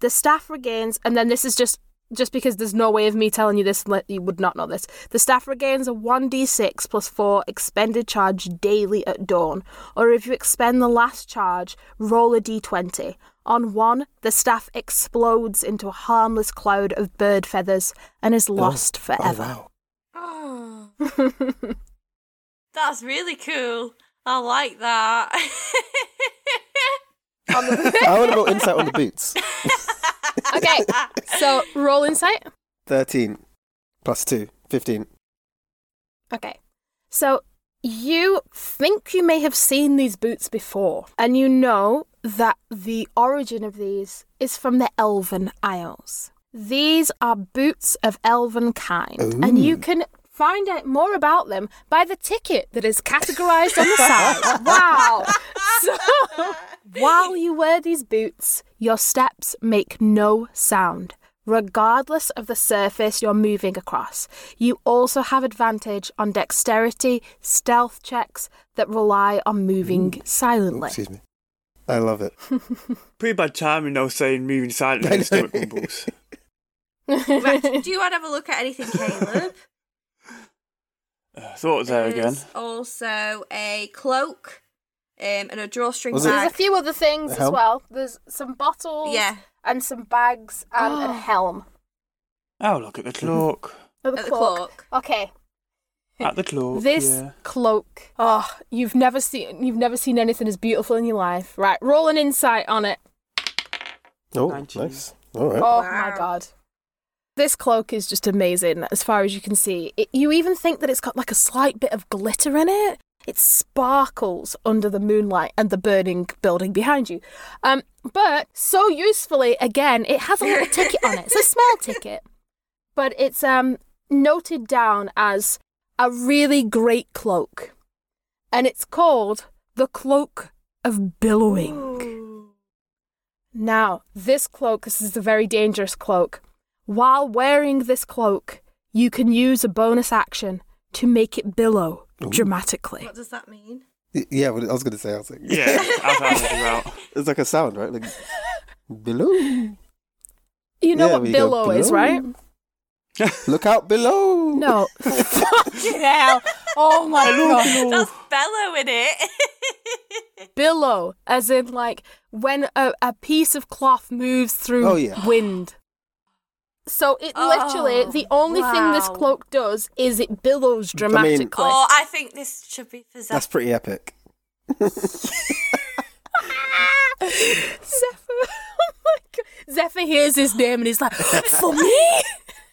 The staff regains, and then this is just just because there's no way of me telling you this, let- you would not know this. The staff regains a 1d6 plus 4 expended charge daily at dawn, or if you expend the last charge, roll a d20. On 1, the staff explodes into a harmless cloud of bird feathers and is lost
Oh,
forever.
wow.
Oh, (gasps) that's really cool. I like that. (laughs)
I want to roll insight on
(laughs)
the boots.
(laughs) okay, so roll insight.
13 plus 2, 15.
Okay. So you think you may have seen these boots before, and you know that the origin of these is from the Elven Isles. These are boots of elven kind, and you can find out more about them by the ticket that is categorized on the side. wow. So while you wear these boots, your steps make no sound, regardless of the surface you're moving across. You also have advantage on dexterity, stealth checks that rely on moving
Oops,
silently. (laughs)
excuse me. I love it.
Pretty bad timing, though, saying moving silently
(laughs)
and stomach rumbles.
Right, do you want to have a look at anything,
(laughs)
Caleb?
Uh, thought there again.
There's Also, a cloak um, and a drawstring
Was it-
There's
bag.
a few other things as
Helm?
well. There's some bottles
Yeah.
and some bags and a helm.
Oh, look at the cloak.
Oh, the
At the
cloak. Okay.
at the cloak.
This
yeah.
cloak. Oh, you've never seen you've never seen anything as beautiful in your life. Right, roll an insight on it.
Oh,
Nineteen.
nice. All right.
Oh
Wow.
my god. This cloak is just amazing as far as you can see. It, you even think that it's got like a slight bit of glitter in it. It sparkles under the moonlight and the burning building behind you. Um, but so usefully, again, it has a little ticket on it. It's a small ticket, but it's um, noted down as a really great cloak. And it's called the Cloak of Billowing. Now, this cloak, this is a very dangerous cloak. While wearing this cloak, you can use a bonus action to make it billow
Ooh.
dramatically.
What does that mean?
Y- Yeah, what I was going to say, I was like,
Yeah, I've had it throughout.
(laughs) it's like a
(laughs)
sound, right? Like, below.
You know
Yeah,
what
we go
billow is,
below.
right?
Look out below. (laughs)
No. Fucking hell. Oh my
Hello,
god.
hello.
That's bellow in (laughs) it.
Billow, as in like when a, a piece of cloth moves through
Oh, yeah.
wind. So it literally,
Oh,
the only thing this
wow.
cloak does is it billows
I mean-
dramatically.
oh, I think this should be for
That's
Zeph.
(laughs)
pretty epic.
Zephyr, (laughs) oh my god. Zephyr hears his name and he's like, for me?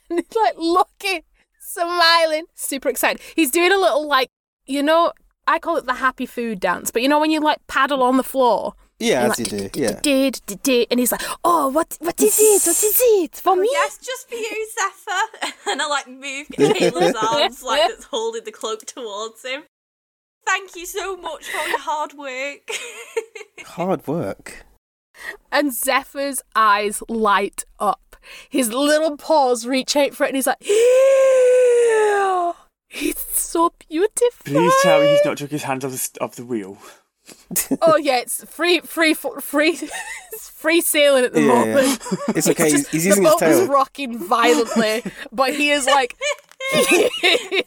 And he's like looking, smiling, super excited. He's doing a little like, you know, I call it the happy food dance, but you know when you like paddle on the floor?
Yeah,
and
as
like,
you do.
(laughs)
Yeah.
"Du-du-du-du-du-du," And he's like, oh, what, what is it? What is it? For Oh, me?
Yes, just for you, Zephyr. (laughs) And I
(laughs)
like move Caleb's arms like that's holding the cloak towards him. Thank you so much for all your hard work.
Hard work.
And Zephyr's eyes light up. His little paws reach out for it and he's like, "Ew, it's so beautiful.
Please tell me he's not took his hands off the, s- off the wheel.
Oh yeah, it's free, free, fo- free, (laughs) it's free sailing at the
Yeah, yeah.
moment.
It's okay.
It's
he's,
just-
he's using
the
his
boat is
tail.
rocking violently, but he is like,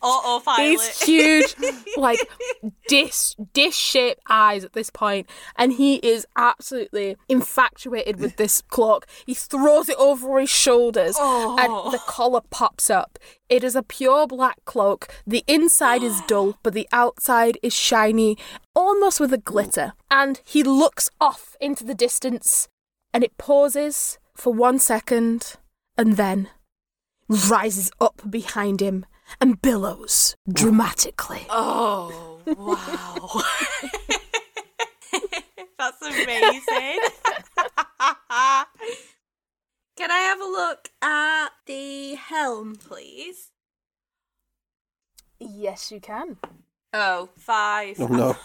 Autopilot.
he's huge, like dish dish shaped eyes at this point, and he is absolutely infatuated with this clock. He throws it over his shoulders, and the collar pops up. It is a pure black cloak. The inside is dull, but the outside is shiny, almost with a glitter. And he looks off into the distance, and it pauses for one second, and then rises up behind him and billows dramatically.
(laughs) Oh, wow. (laughs) That's amazing. (laughs) Can I have a look at the helm, please?
Yes, you can.
Oh, five.
Oh, no.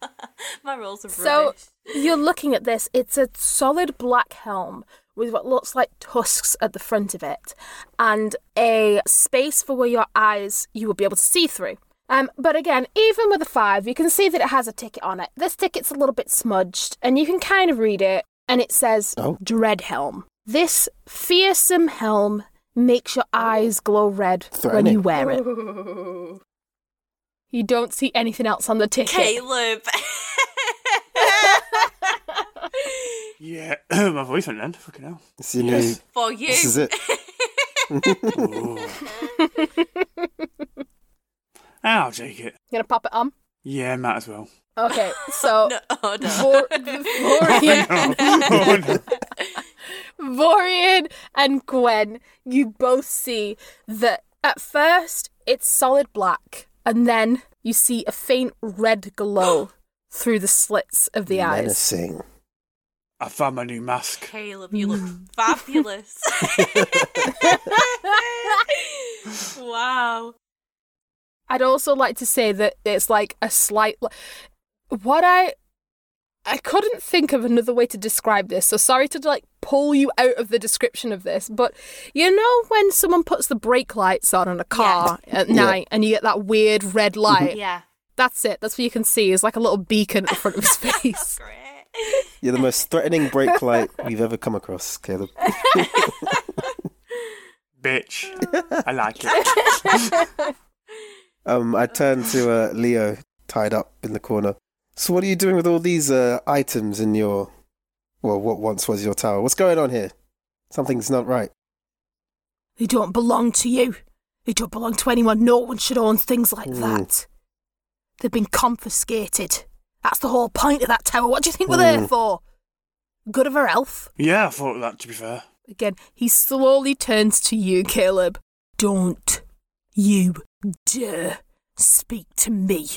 (laughs) My rules are
So
rubbish.
you're looking at this. It's a solid black helm with what looks like tusks at the front of it, and a space for where your eyes you will be able to see through. Um, but again, even with a five, you can see that it has a ticket on it. This ticket's a little bit smudged, and you can kind of read it, and it says
Oh.
Dread Helm. This fearsome helm makes your eyes glow red when you
Threatening.
wear it. You don't see anything else on the ticket.
Caleb.
Yeah, (clears throat) my voice went then.
(laughs)
Fucking hell.
It's your
Yes.
new-
(laughs) For you.
This is it.
Ooh. I'll take it.
You (laughs) gonna pop it on?
Yeah, might as well.
Okay, so
(laughs) No, oh, no.
Vor-
(laughs)
Vorian,
(laughs) Oh, no.
Vorian and Gwen, you both see that at first it's solid black, and then you see a faint red glow (gasps) through the slits of the eyes.
Menacing.
I found my new mask.
Caleb, you look fabulous. (laughs)
(laughs)
wow.
I'd also like to say that it's like a slight. What I. I couldn't think of another way to describe this, so sorry to like pull you out of the description of this, but you know when someone puts the brake lights on in a car at night and you get that weird red light?
Yeah.
That's it. That's what you can see is like a little beacon at the front of his (laughs) face.
Great.
You're the most
(laughs)
threatening brake light we've ever come across, Caleb.
Bitch. I like it.
Um, I turned to uh, Leo, tied up in the corner. So, what are you doing with all these uh, items in your, well, what once was your tower? What's going on here? Something's not right.
They don't belong to you. They don't belong to anyone. No one should own things like
Hmm.
that. They've been confiscated. That's the whole point of that tower. What do you think we're there
Hmm.
for? Good of her health.
Yeah, I thought that, to be fair.
Again, he slowly turns to you, Caleb.
Don't you dare speak to me.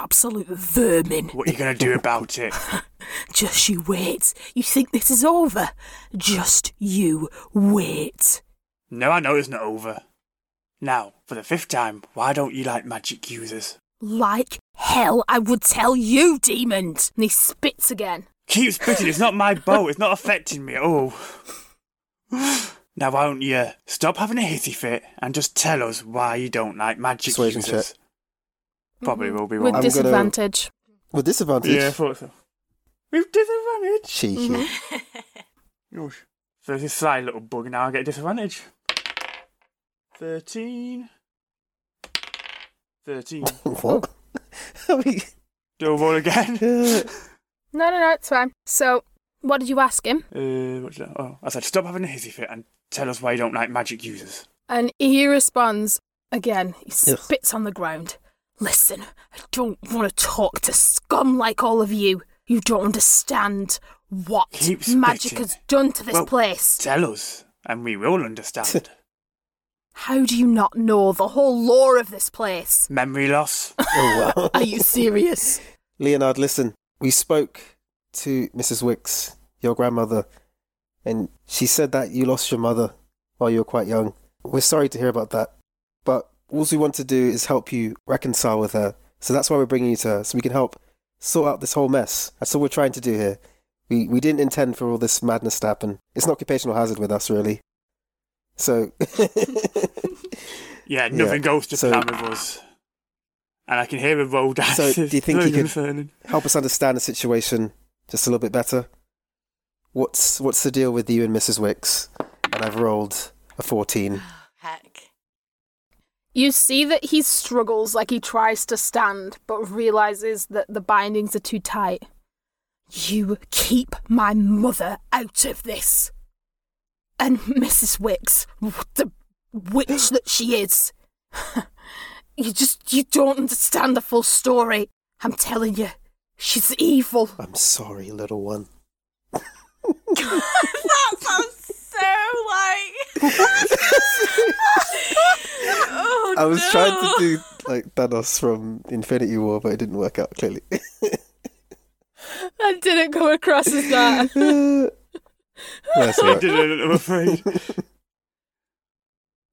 Absolute vermin.
What are you going to do about it?
Just you wait. You think this is over? Just you wait.
No, I know it's not over. Now, for the fifth time, why don't you like magic users?
Like hell, I would tell you, demons.
And he spits again.
Keep spitting, it's not my bow, it's not affecting me at all. Now, why don't you stop having a hissy fit and just tell us why you don't like magic
Persuasion
users?
check.
Probably will be
With
wrong.
I'm dis-
disadvantage.
With disadvantage.
yeah, I thought so. With disadvantage.
Cheeky.
Yosh. So there's this sly little bug now, I get a disadvantage. 13. 13.
Mm-hmm.
(laughs) what? I mean,
Do I
(laughs)
roll again?
uh,
No, no, no, it's fine. So, what did you ask him?
Uh, what's that? Oh, I said, stop having a hissy fit and tell us why you don't like magic users.
And he responds again. He
Ugh.
spits on the ground.
Listen, I don't want to talk to scum like all of you. You don't understand what
Keep
magic
spitting.
has done to this
Well-
place.
Tell us, and we will
(laughs)
understand.
How do you not know the whole lore of this place?
Memory loss.
(laughs) oh, wow.
Are you serious?
Leonard, listen. We spoke to Mrs. Wicks, your grandmother, and she said that you lost your mother while you were quite young. We're sorry to hear about that, but all we want to do is help you reconcile with her. So that's why we're bringing you to her, so we can help sort out this whole mess. That's all we're trying to do here. We we didn't intend for all this madness to happen. It's an occupational hazard with us, really. So (laughs) Yeah,
Yeah, nothing goes to
so-
plan with us. And I can hear a roll dice.
So, do you think
Very
you could-
concerning. (laughs)
help us understand the situation just a little bit better. What's what's the deal with you and Mrs. Wicks? And I've rolled a fourteen.
Heck.
You see that he struggles like he tries to stand, but realizes that the bindings are too tight.
You keep my mother out of this. And Mrs. Wicks, the witch that she is. (laughs) you just, you don't understand the full story. I'm telling you, she's evil.
I'm sorry, little one.
that sounds so
(laughs)
like
I was
Oh, no.
trying to do like Thanos from Infinity War, but it didn't work out clearly.
(laughs) I didn't go across as
(laughs)
(laughs)
that.
That's all
I
right.
didn't,
(laughs)
I'm afraid. (laughs)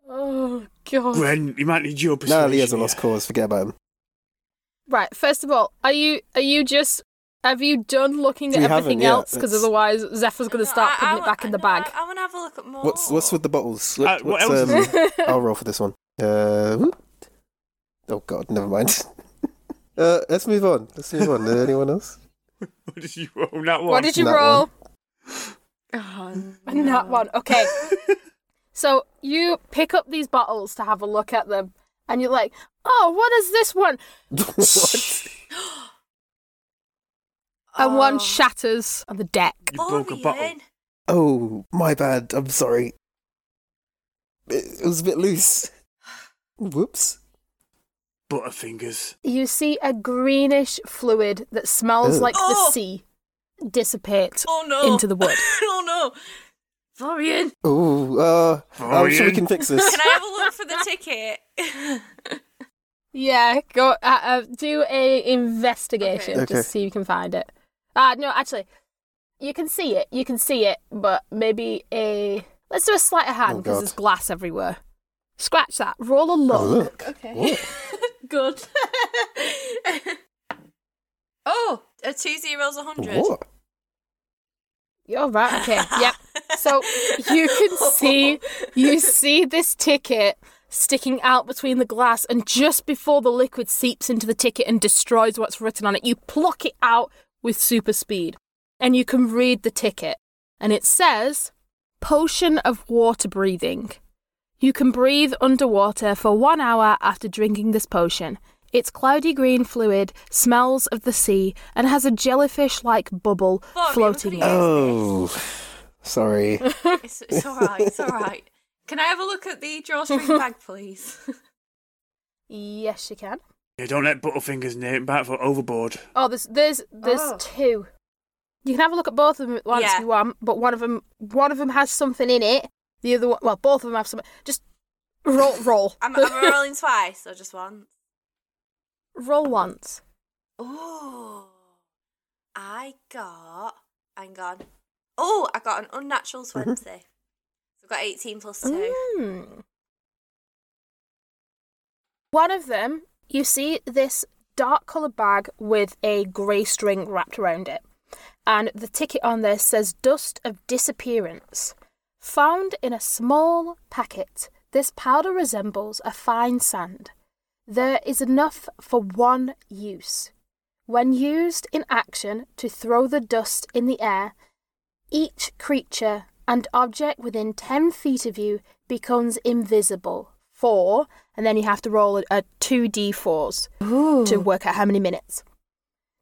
Oh god.
Gwen, you might need your
Now
persuasion.
Lee has a
here.
lost cause. Forget about him.
Right. First of all, are you are you just have you done looking
We
at
haven't
everything
yet,
else? Because
that's-
otherwise, Zephyr's going to start
I- I
putting it
wa-
back in the
no,
bag.
I, I want to have a look at more.
What's what's with the bottles?
Uh,
What,
what
what's,
(laughs)
else
um, I'll roll for this one. Uh, whoop. oh God, never mind. (laughs) Uh, let's move on. Let's move on. Uh, Anyone else?
(laughs)
(laughs)
What did you roll that one?
what did you
That
(laughs)
roll?
one.
Oh,
And that one. Okay.
(laughs)
so you pick up these bottles to have a look at them, and you're like, "Oh, what is this one?"
(laughs) what?
And one
Oh.
shatters on the deck.
(laughs) You
Oh,
broke a bottle.
Ian.
Oh, my bad. I'm sorry. It, it was a bit loose. Whoops.
Butterfingers.
You see a greenish fluid that smells
Ugh.
like
Oh.
the sea dissipate
Oh no. (laughs)
into the wood.
oh no. Florian.
Oh, uh, I'm sure we
Florian.
can fix
(laughs) Can
this.
I have a look for the ticket?
Yeah, go uh, uh, do a investigation
Okay.
just to
Okay.
see if you can find it. Uh no, actually, you can see it. You can see it, but maybe a let's do a sleight of hand
Oh,
because
God.
there's glass everywhere. Scratch that. Roll a look.
Oh, look.
okay.
What?
Good. (laughs) oh, a two zeros, a hundred.
What?
You're right. Okay. yep. So you can see you see this ticket sticking out between the glass and just before the liquid seeps into the ticket and destroys what's written on it you pluck it out with super speed and you can read the ticket and it says potion of water breathing you can breathe underwater for 1 hour after drinking this potion its cloudy green fluid smells of the sea and has a jellyfish-like bubble
Fuck, we
floating in it.
could've
Oh,
(laughs)
sorry.
It's, it's all right. It's all right. Can I have a look at the drawstring bag, please?
yes you can
Yeah, don't let Butterfingers name back for overboard.
Oh, there's there's there's
Oh.
two. You can have a look at both of them at once
Yeah.
if you want, but one of them one of them has something in it. The other one, well, both of them have something. Just roll, roll,
I'm,
(laughs)
I'm rolling twice or just once.
roll once.
Oh, I got. Hang on. Oh, I got an
(laughs)
unnatural 20. So I've got 18 plus 2.
Mm. One of them, you see this dark coloured bag with a grey string wrapped around it, and the ticket on there says "Dust of Disappearance." Found in a small packet, this powder resembles a fine sand. There is enough for one use. When used in action to throw the dust in the air, each creature and object within 10 feet of you becomes invisible for, and then you have to roll a, a 2d4s to work out how many minutes.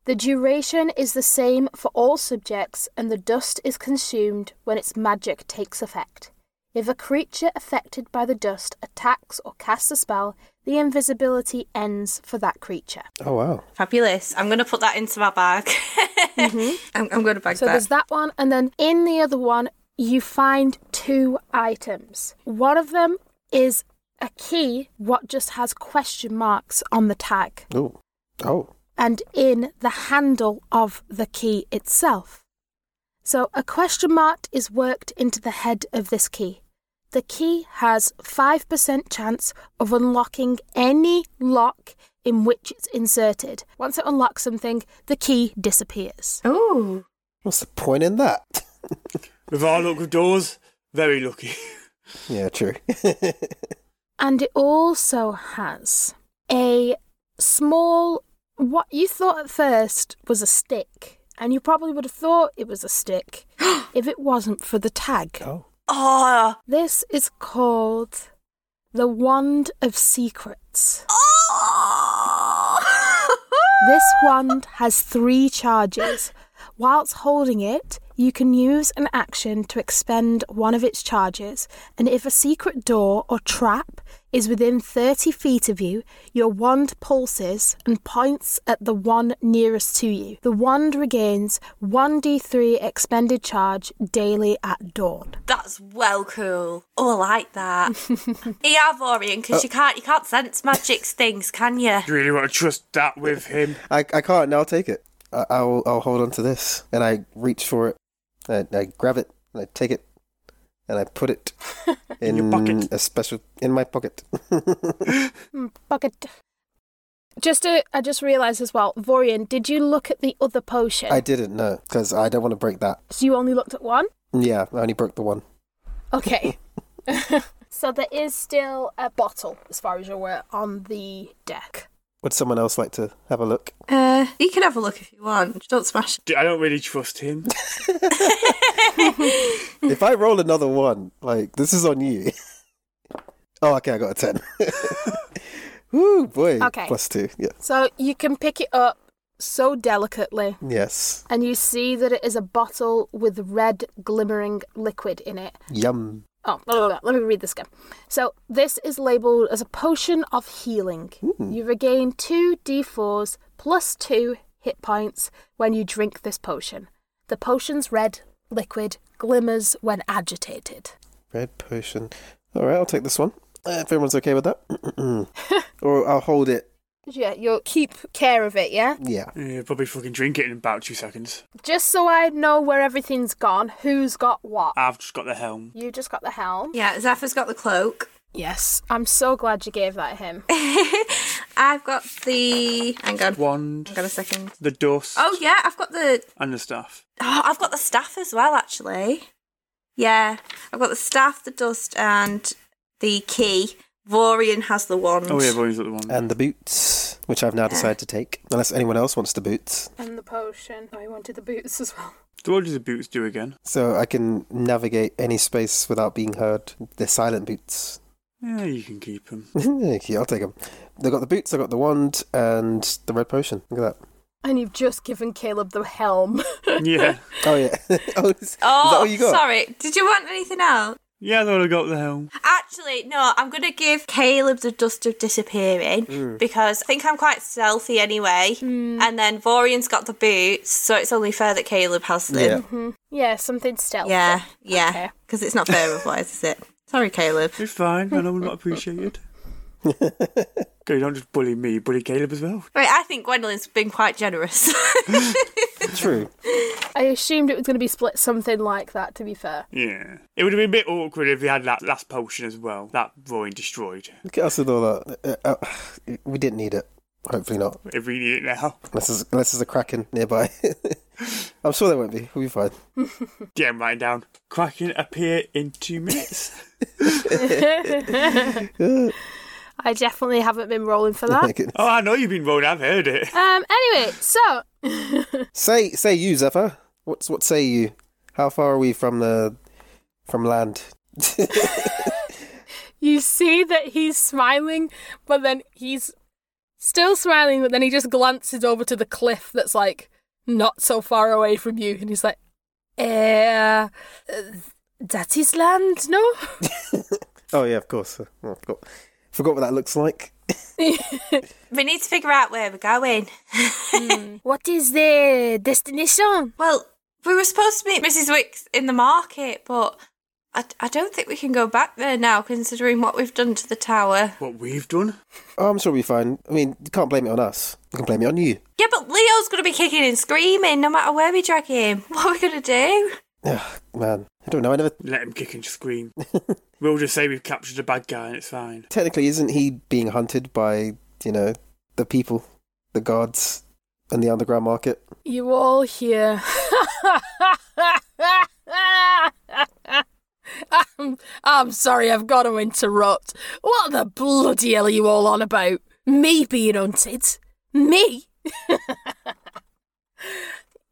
The duration is the same for all subjects, and the dust is consumed when its magic takes effect. If a creature affected by the dust attacks or casts a spell, the invisibility ends for that creature.
Oh, wow.
Fabulous. I'm going to put that into my bag. (laughs) I'm, I'm going to bag
So there's
that.
that one, and then in the other one, you find two items. One of them is a key, what just has question marks on the tag,
Oh. Oh.
and in the handle of the key itself. So a question mark is worked into the head of this key. The key has 5% chance of unlocking any lock in which it's inserted. Once it unlocks something, the key disappears.
Ooh.
What's the point in that? (laughs)
With our luck with doors, very lucky. (laughs)
yeah, true. (laughs)
And it also has a small, what you thought at first was a stick. And you probably would have thought it was a stick if it wasn't for the tag.
oh.
Oh.
This is called the Wand of Secrets.
Oh.
This wand has three charges. Whilst holding it, you can use an action to expend one of its charges, and if a secret door or trap is within 30 feet of you, your wand pulses and points at the one nearest to you. The wand regains 1d3 expended charge daily at dawn.
(laughs) That's well cool. Oh, I like (laughs) that. yeah, Vorian, because you can't you can't sense magic's things, can you?
Do you really want to trust that with him?
I, I can't. Now I'll take it. I, I'll I'll hold on to this, and I reach for it. I, I grab it. And I take it, and I put it in,
your pocket.
a special in my pocket. (laughs)
Bucket. Hmm, Just to, I just realised as well, Vorian, did you look at the other potion?
I didn't know because I don't want to break that.
So you only looked at one?
Yeah, I only broke the one.
Okay. (laughs) so there is still a bottle, as far as you're aware, on the deck.
Would someone else like to have a look?
Uh, you can have a look if you want. Just Don't smash it.
Do- I don't really
(laughs)
trust him.
if I roll another one, like this is on you. (laughs) oh, okay, I got a ten. (laughs) Woo, boy.
Okay.
Plus two. Yeah.
So you can pick it up so delicately,
Yes.
and you see that it is a bottle with red glimmering liquid in it.
Yum.
Oh, blah, blah, blah. let me read this again. So, this is labeled as a potion of healing. You regain two d4s plus two hit points when you drink this potion. The potion's red liquid glimmers when agitated.
Red potion. All right, I'll take this one. Uh, if everyone's okay with that, (clears throat) or I'll hold it.
Yeah, you'll keep care of it, yeah?
Yeah.
Yeah, probably fucking drink it in about two seconds.
Just so I know where everything's gone, who's got what.
I've just got the helm.
You just got the helm.
Yeah, Zephyr's got the cloak. (laughs)
Yes, I'm so glad you gave that him.
I've got the. Hang on.
Wand,
Hang on a second.
the dust,
Oh yeah, I've got the.
and the staff.
Oh, I've got the staff as well, actually. Yeah, I've got the staff, the dust, and the key. Vorian has the wand.
Oh, yeah, everyone's got the wand.
And the boots, which I've now decided to take, unless anyone else wants the boots,
And the potion. I wanted the boots as well.
So what does the boots do again?
so I can navigate any space without being heard. They're silent boots. (laughs)
Yeah, you can keep them.
okay, I'll take them. They got the boots, I got the wand, and the red potion. Look at that.
And you've just given Caleb the helm. (laughs)
yeah.
Oh yeah. (laughs) oh, is, is that
Oh,
all you got?
sorry. Did you want anything else?
Yeah, they would have got the helm.
Actually, no, I'm going to give Caleb the dust of disappearing
Mm.
because I think I'm quite stealthy anyway. And then Vorian's got the boots, so it's only fair that Caleb has
Yeah.
them.
yeah, something stealthy.
Yeah, yeah.
Okay.
Because it's not fair otherwise, is it? Sorry, Caleb.
It's fine. I know we're not appreciated. Okay, don't just bully me, bully Caleb as well.
Right, I think Gwendolyn's been
(laughs)
quite generous.
(laughs)
(laughs)
True.
I assumed it was going to be split something like that, to be fair.
Yeah. It would have been a bit awkward if he had that last potion as well. That Roy destroyed.
Look at us with all that. Uh, uh, we didn't need it. Hopefully not.
If we need it now. (laughs)
Unless there's, unless there's a kraken nearby. (laughs) I'm sure there won't be. We'll be fine.
Get him right down. Kraken appear in two minutes.
I definitely haven't been rolling for
(laughs)
that.
oh, I know you've been rolling. I've heard it.
um, anyway, so (laughs)
say, say you, Zephyr. What's what? Say you. How far are we from the from land?
you see that he's smiling, but then he's still smiling, but then he just glances over to the cliff that's like not so far away from you, and he's like, eh, uh, that is land, no?
Oh yeah, of course. Oh, I forgot. Forgot what that looks like.
we need to figure out where we're going.
What is the destination?
Well, we were supposed to meet Mrs. Wicks in the market, but I, I don't think we can go back there now, considering what we've done to the tower.
What we've done?
Oh, I'm sure we'll be fine. I mean, you can't blame it on us. You can blame it on you.
Yeah, but Leo's going to be kicking and screaming no matter where we drag him. (laughs) What are we going to do?
Ugh, (sighs) man, I don't know. I never
Let him kick and scream. we'll just say we've captured a bad guy and it's fine.
technically isn't he being hunted by you know the people, the guards, and the underground market?
You all hear. I'm, I'm sorry, I've got to interrupt. What the bloody hell are you all on about? Me being hunted? Me?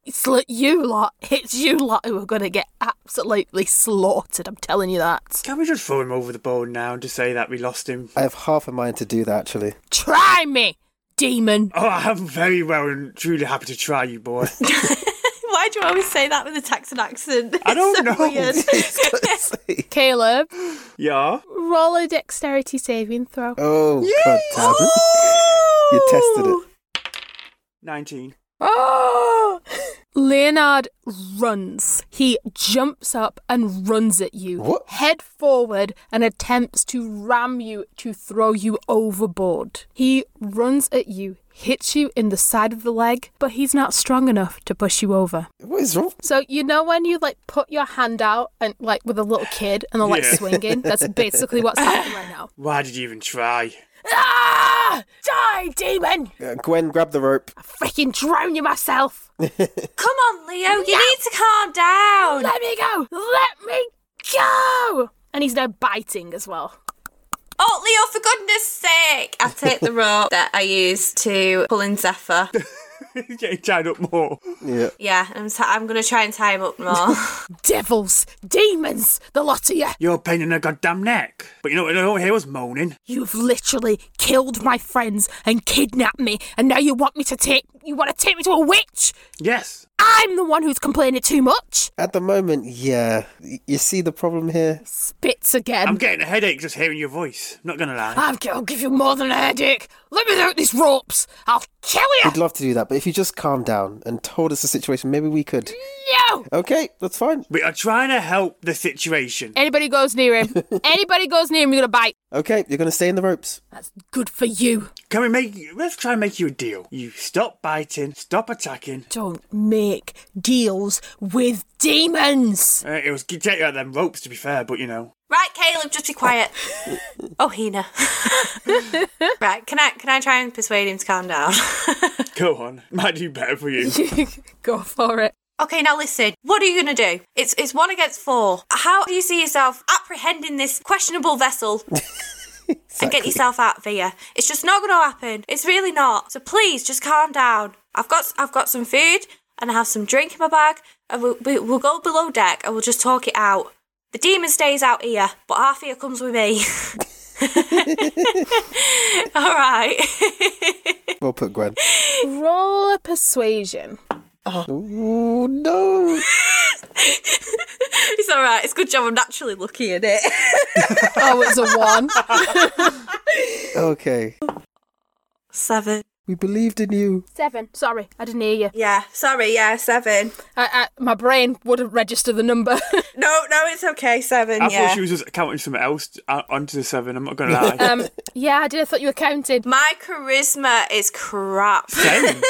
it's like you lot. It's you lot who are going to get absolutely slaughtered. I'm telling you that.
Can we just throw him over the board now and just say that we lost him?
I have half a mind to do that actually.
Try me, demon.
Oh, I'm very well and truly happy to try you, boy.
(laughs) Why Why do you always say that with a Texan accent?
I don't
It's so
know. (laughs)
Weird.
Caleb,
Yeah.
roll a dexterity saving throw.
oh, god damn it. You tested it.
19.
Oh! Leonard runs. He jumps up and runs at you,
What?
head forward, and attempts to ram you to throw you overboard. He runs at you, hits you in the side of the leg, but he's not strong enough to push you over.
What is wrong?
So you know when you like put your hand out and like with a little kid and they're like
Yeah.
swinging. That's basically what's happening right now.
Why did you even try? (laughs)
Ah! Die, demon!
Uh, Gwen, grab the rope.
I freaking drown you myself.
(laughs) Come on, Leo, you need to calm down.
Let me go! Let me go! And he's now biting as well.
Oh, Leo, for goodness sake. I take the rope (laughs) that I used to pull in Zephyr.
He's getting tied up more.
Yeah.
Yeah, I'm, t- I'm going to try and tie him up more. (laughs)
Devils, demons, the lot of you.
You're a pain in the goddamn neck. But you know what? I don't hear us moaning.
You've literally killed my friends and kidnapped me, and now you want me to take you want to take me to a witch.
Yes.
I'm the one who's complaining too much.
At the moment, yeah. Y- You see the problem here?
Spits again.
I'm getting a headache just hearing your voice. Not gonna lie.
I'm g- I'll give you more than a headache. Let me out these ropes. I'll kill you.
We'd love to do that, but if you just calm down and told us the situation, maybe we could.
No.
Okay, that's fine.
We are trying to help the situation.
Anybody goes near him. Anybody goes near him, you're gonna bite.
Okay, you're gonna stay in the ropes.
That's good for you.
Can we make? Let's try and make you a deal. You stop biting. Stop attacking.
Don't make deals with demons.
Uh, it was get you out of them ropes, to be fair. But you know,
right, Caleb, just be quiet. Oh, Hina. (laughs) right, can I can I try and persuade him to calm down? (laughs)
go on. (laughs) Might do better
(laughs)
for you.
Go for it.
okay, now listen. What are you going to do? It's it's one against four. How do you see yourself apprehending this questionable vessel and get yourself out of here? It's just not going to happen. It's really not. So please, just calm down. I've got I've got some food and I have some drink in my bag, and we'll we- we'll go below deck and we'll just talk it out. The demon stays out here, but half here comes with me. (laughs) All right. (laughs)
Well put, Gwen.
Roll a persuasion.
Oh no!
It's all right. It's a good job I'm naturally lucky in it. (laughs)
Oh, it's a one.
Okay,
Seven.
we believed in you.
(laughs) seven. Sorry, I didn't hear you.
Yeah. Sorry. Yeah. Seven.
I, I, my brain wouldn't register the (laughs) number.
No. No. It's okay. Seven.
I
yeah.
thought she was just counting something else uh, onto the seven. I'm not gonna
(laughs)
lie.
um, yeah, I did. I thought you were counting.
My charisma is crap.
Ten.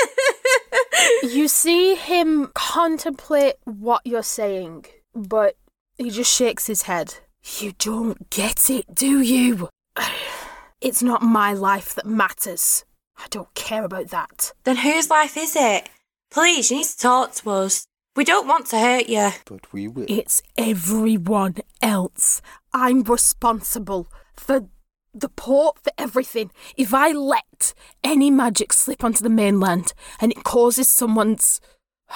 You see him contemplate what you're saying, but he just shakes his head. You don't get it, do you? (sighs) It's not my life that matters. I don't care about that.
then whose life is it? Please, you need to talk to us. We don't want to hurt you.
But we will.
It's everyone else. I'm responsible for the port, for everything. If I let any magic slip onto the mainland and it causes someone's. (sighs)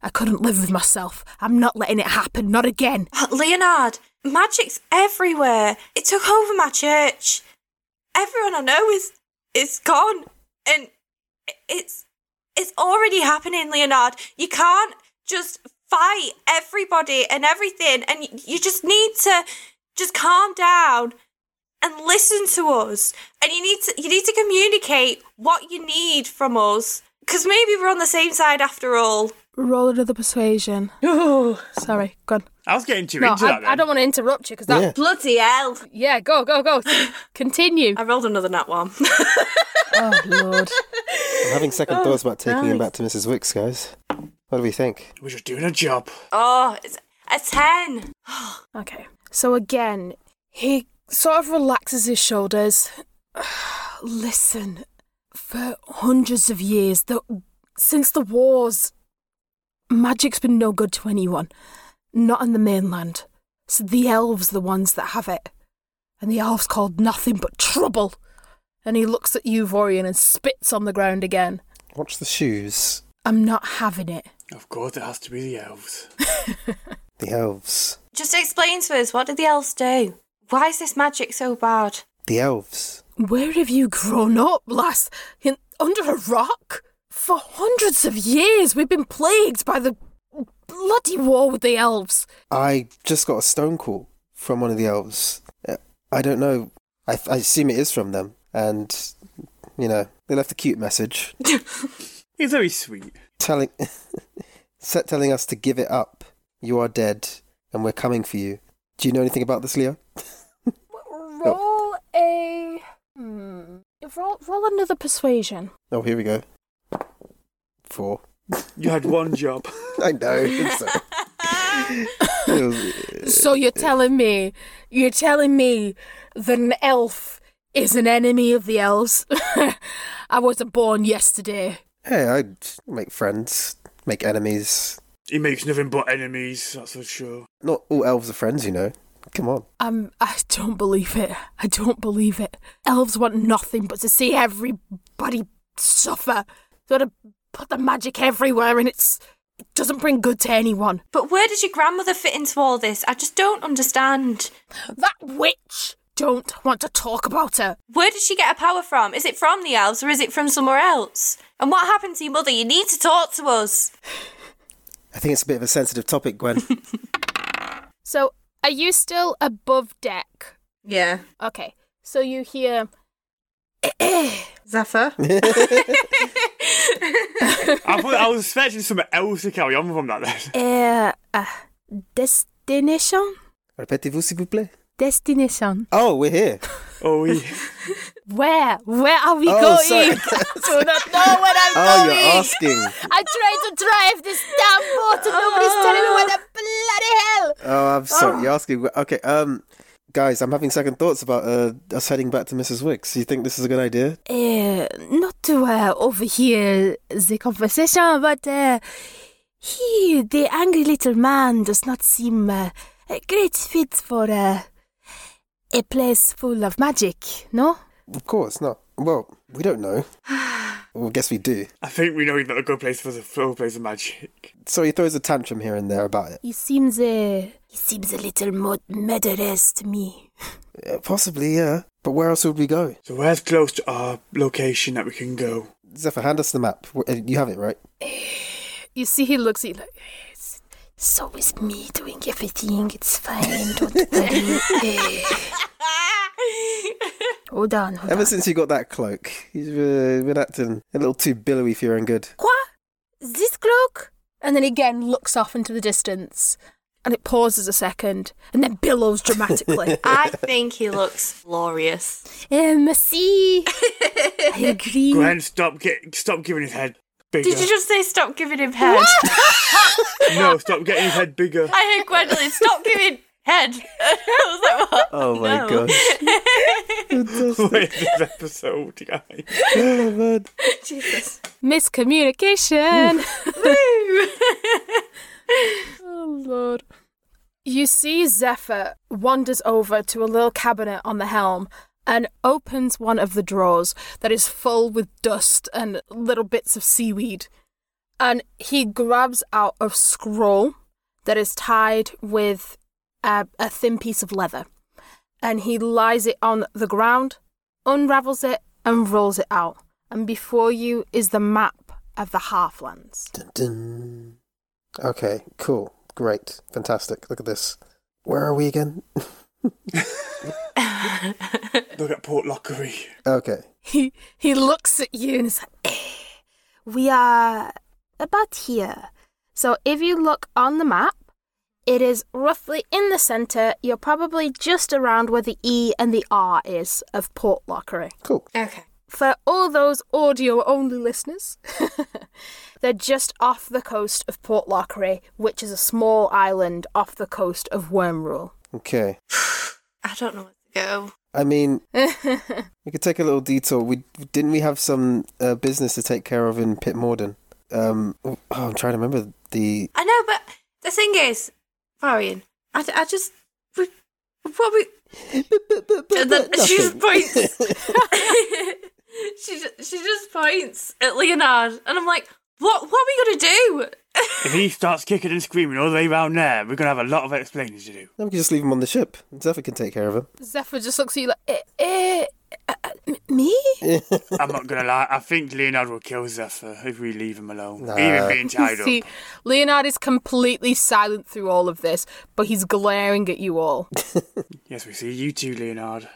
I couldn't live with myself. I'm not letting it happen, not again.
Oh, Leonard, magic's everywhere. It took over my church. Everyone I know is is gone, and i- it's it's already happening, Leonard. You can't just fight everybody and everything, and y- you just need to just calm down and listen to us. And you need to you need to communicate what you need from us, because maybe we're on the same side after all.
Roll another persuasion. Sorry, go on.
I was getting too
No,
into that.
I, I
then.
don't want to interrupt you because that.
Bloody hell!
(laughs) Yeah, go, go, (laughs) go. Continue.
I rolled another nat one. (laughs)
oh, Lord. Oh,
I'm having second thoughts about taking him back to Mrs. Wicks, guys. What do we think?
We're just doing a job.
Oh, it's a 10.
Okay. So again, he sort of relaxes his shoulders. (sighs) Listen, for hundreds of years, the, since the wars, magic's been no good to anyone. Not on the mainland. So the elves are the ones that have it. And the elves called nothing but trouble. And he looks at you, Vorian, and spits on the ground again.
Watch the shoes.
I'm not having it.
Of course, it has to be the elves.
The elves.
Just explain to us, what did the elves do? Why is this magic so bad?
The elves.
Where have you grown up, lass? In, under a rock? For hundreds of years, we've been plagued by the bloody war with the elves.
I just got a stone call from one of the elves. Uh, I don't know. I, I assume it is from them. And, you know, they left a cute message
He's very sweet.
telling, (laughs) set telling us to give it up. You are dead, and we're coming for you. Do you know anything about this, Leo?
Roll a. Hmm. Roll, roll another persuasion.
Oh, here we go. Four.
You had one job. (laughs)
I know. (laughs) It's a, it was-
So you're telling me, you're telling me that an elf is an enemy of the elves? (laughs) I wasn't born yesterday.
hey, I make friends, make enemies.
He makes nothing but enemies, that's for sure.
Not all elves are friends, you know. Come on.
Um, I don't believe it. I don't believe it. Elves want nothing but to see everybody suffer. They want to put the magic everywhere, and it's it doesn't bring good to anyone.
But where does your grandmother fit into all this? I just don't understand.
That witch don't want to talk about her.
Where did she get her power from? Is it from the elves or is it from somewhere else? And what happened to your mother? You need to talk to us.
I think it's a bit of a sensitive topic, Gwen.
So, are you still above deck?
Yeah.
Okay. So you (clears throat) hear Eh,
(laughs) Zephyr?
I, thought, I was expecting some elves to carry on from that
uh,
then.
uh destination,
Répétez-vous, s'il vous plaît.
destination.
Oh, we're here.
Oh, he,
Where? Where are we
Oh,
going?
sorry.
(laughs) I do not know where I'm
Oh,
going.
you're asking.
I tried to drive this damn boat and nobody's telling me where the bloody hell.
Oh, I'm sorry. You're asking. Okay, um, guys, I'm having second thoughts about uh, us heading back to Mrs. Wicks. You think this is a good idea?
Uh, not to uh, overhear the conversation, but uh, he, the angry little man, does not seem uh, a great fit for uh, a place full of magic, no?
Of course not. Well, we don't know. well, I guess we do.
(laughs) I think we know he's not a good place for the full place of magic.
So he throws a tantrum here and there about it.
He seems a he seems a little more murderous to me.
Uh, possibly, yeah. But where else would we go?
So where's close to our location that we can go?
Zephyr, hand us the map. Wh- uh, You have it, right?
You see, he looks at you like,
So is me doing everything. It's fine.
(laughs)
Don't worry. Eh, hold on.
Oh,
Hold
Ever
on.
since you got that cloak, you've uh, been acting a little too billowy for your own good.
"What? This cloak?" And then again looks off into the distance, and it pauses a second, and then billows dramatically.
(laughs)
I think he looks glorious.
Eh, merci. I
(laughs)
Mm.
agree.
Gwen, stop get, stop giving his head bigger.
Did you just say stop giving him head?
no, stop getting his head bigger. (laughs)
I heard Gwendolyn, stop giving head. (laughs) I was like, what?
Oh my
No.
gosh. (laughs)
Wait, this episode, guys.
oh, man.
Jesus.
Miscommunication. oh lord. You see Zephyr wanders over to a little cabinet on the helm and opens one of the drawers that is full with dust and little bits of seaweed. And he grabs out a scroll that is tied with a, a thin piece of leather. And he lies it on the ground, unravels it, and rolls it out. And before you is the map of the Halflands.
Dun, dun. Okay, cool. Great. Fantastic. Look at this. Where are we again?
Look at Port Lockery.
Okay.
he he looks at you and is like, "Eh,
We are about here.
so if you look on the map, it is roughly in the center. You're probably just around where the E and the R is of Port Lockery.
Cool.
Okay.
For all those audio only listeners, (laughs) they're just off the coast of Port Lockery, which is a small island off the coast of Wormrule. (laughs)
Okay.
I don't know where to go.
I mean, we could take a little detour. We didn't we have some uh, business to take care of in Pit Morden? Um, oh, I'm trying to remember the.
I know, but the thing is, Varian, I, I just. We, what we. And then she just points. (laughs) she, ju- she just points at Leonard, and I'm like, what, what are we going to do? (laughs)
If he starts kicking and screaming all the way round there, we're going to have a lot of explaining to do.
Then we can just leave him on the ship. Zephyr can take care of him.
Zephyr just looks at you like, eh, eh,
m- me?
I'm not gonna lie. I think Leonard will kill Zephyr if we leave him alone,
Nah.
even being tied
See,
up.
Leonard is completely silent through all of this, but he's glaring at you all. (laughs)
Yes, we see you too, Leonard.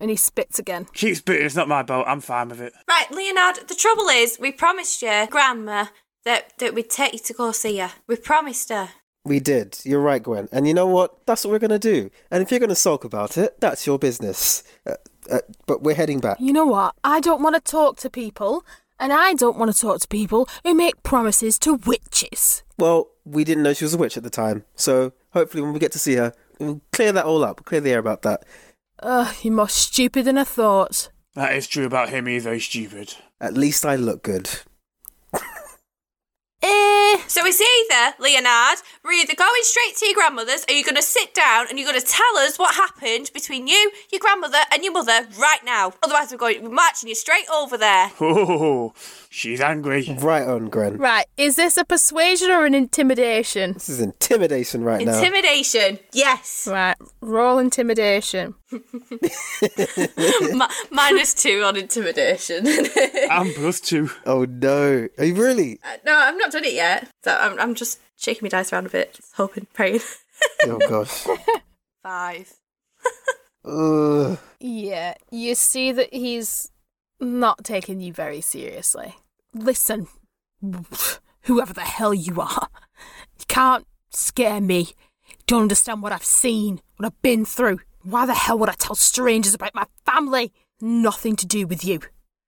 and he spits again.
Keep spitting. It's not my boat. I'm fine with it.
Right, Leonard, the trouble is, we promised your grandma that, that we'd take you to go see her. We promised her.
We did. You're right, Gwen. And you know what? That's what we're going to do. And if you're going to sulk about it, that's your business. Uh, uh, but we're heading back.
You know what? I don't want to talk to people, and I don't want to talk to people who make promises to witches.
Well, we didn't know she was a witch at the time. So hopefully, when we get to see her, we'll clear that all up, clear the air about that.
Ugh, you're more stupid than I thought.
That is true about him either. He's stupid. (laughs)
At least I look good.
Eh,
So it's either, Leonard, we're either going straight to your grandmother's or you're going to sit down and you're going to tell us what happened between you, your grandmother, and your mother right now. Otherwise, we're going, we're marching you straight over there.
Oh, she's angry.
Right on, Gwen.
Right, is this a persuasion or an intimidation?
This is intimidation right now.
Intimidation. Yes.
Right, roll intimidation.
(laughs) Mi- minus two on intimidation. (laughs)
I'm plus two.
Oh no! Are you really?
Uh, no, I've not done it yet. So I'm, I'm just shaking my dice around a bit, just hoping, praying.
Oh gosh.
Five.
Ugh.
yeah, you see that he's not taking you very seriously. Listen, whoever the hell you are, you can't scare me. You don't understand what I've seen, what I've been through. Why the hell would I tell strangers about my family? Nothing to do with you.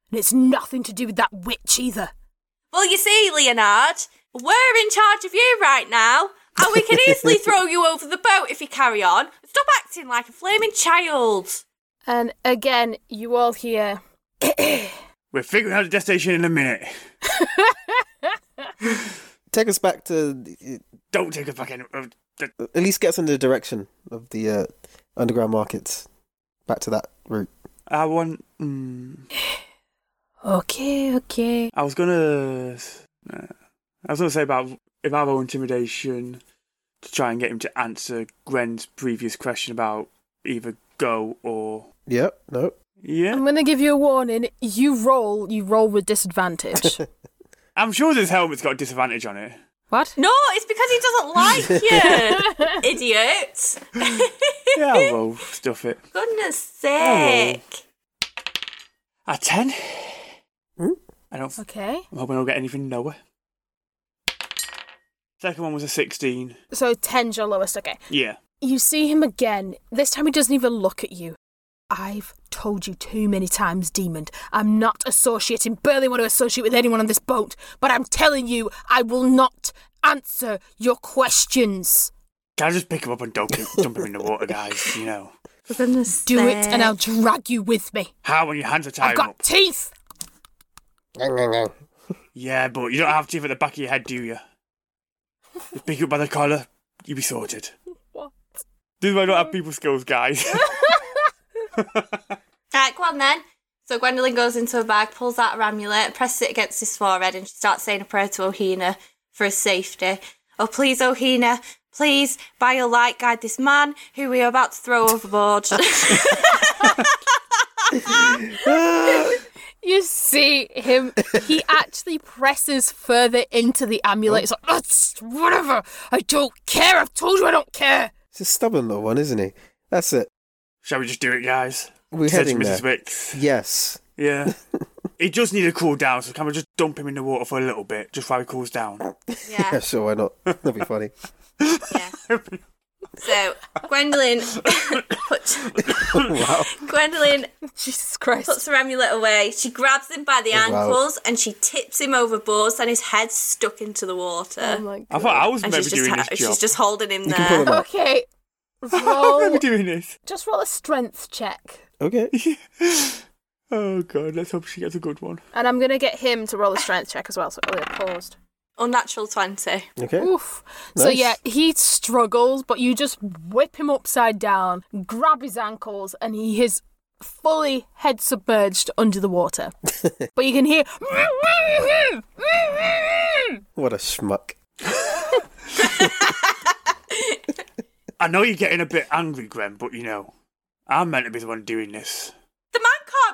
And it's nothing to do with that witch either.
Well, you see, Leonard, we're in charge of you right now, and we can
(laughs)
easily throw you over the boat if you carry on. Stop acting like a flaming child.
And again, you all (clears throat) hear.
We're figuring out the destination in a minute.
Take us back to
Don't take us back in. uh, th-
at least get us in the direction of the uh, underground markets. Back to that route.
I want. mm,
Okay, okay.
I was gonna. uh, I was gonna say about if I roll intimidation to try and get him to answer Gwen's previous question about either go or
Yep. No.
yeah.
I'm gonna give you a warning. You roll, you roll with disadvantage.
I'm sure this helmet's got a disadvantage on it.
what?
No, it's because he doesn't
(laughs)
like you, idiot.
Yeah, I'll roll stuff it.
Goodness
Oh.
sake.
A ten.
Hmm?
I don't.
Okay.
I'm hoping I'll get anything lower. Second one was a sixteen.
So ten's your lowest. Okay.
Yeah.
You see him again. This time he doesn't even look at you. I've told you too many times, Demon. I'm not associating, barely want to associate with anyone on this boat, but I'm telling you, I will not answer your questions.
Can I just pick him up and dump him, dump him in the water, guys? You know
Goodness
Do it, and I'll drag you with me.
how when your hands are tied
I've
up.
got teeth.
Yeah, but you don't have teeth at the back of your head, do you? Just pick you up by the collar, you'll be sorted.
What?
This is why I don't have people
(laughs)
skills, guys.
Right, go on then. So Gwendolyn goes into a bag, pulls out her amulet, presses it against his forehead, and she starts saying a prayer to Ohina for his safety. Oh, please, Ohina, please, by your light, guide this man who we are about to throw overboard.
(laughs) You see him, he actually presses further into the amulet. It's like, "That's- whatever. I don't care. I've told you I don't care.
He's a stubborn little one, isn't he? That's it.
Shall we just do it, guys?
We're
Said to
heading
Mrs.
there.
Wicks.
Yes. (laughs)
Yeah. he does need to cool down, so can we just dump him in the water for a little bit, just while he cools down?
Yeah.
yeah,
Sure. Why not? That'd be funny.
yeah. So
(coughs)
Gwendolyn, put,
wow.
Gwendolyn
(laughs) Jesus Christ.
puts her amulet away. She grabs him by the
Oh, wow.
ankles and she tips him overboard, and his head's stuck into
(laughs)
the water.
my
I thought I was
and
meant
she's
to be
just,
doing
ha-
this job.
she's just Oh. holding him
You can pull
there.
him out.
Okay.
I'm meant
Roll.
to be doing this.
just roll a strength check.
Okay.
Oh god, let's hope she gets a good one.
And I'm going to get him to roll a strength check as well. So really paused.
Unnatural twenty.
Okay.
Oof. So
Nice.
yeah, he struggles, but you just whip him upside down, grab his ankles, and he is fully head submerged under the water. but you can hear.
What a schmuck.
I know you're getting a bit angry, Gren, but you know, I'm meant to be the one doing this.
The man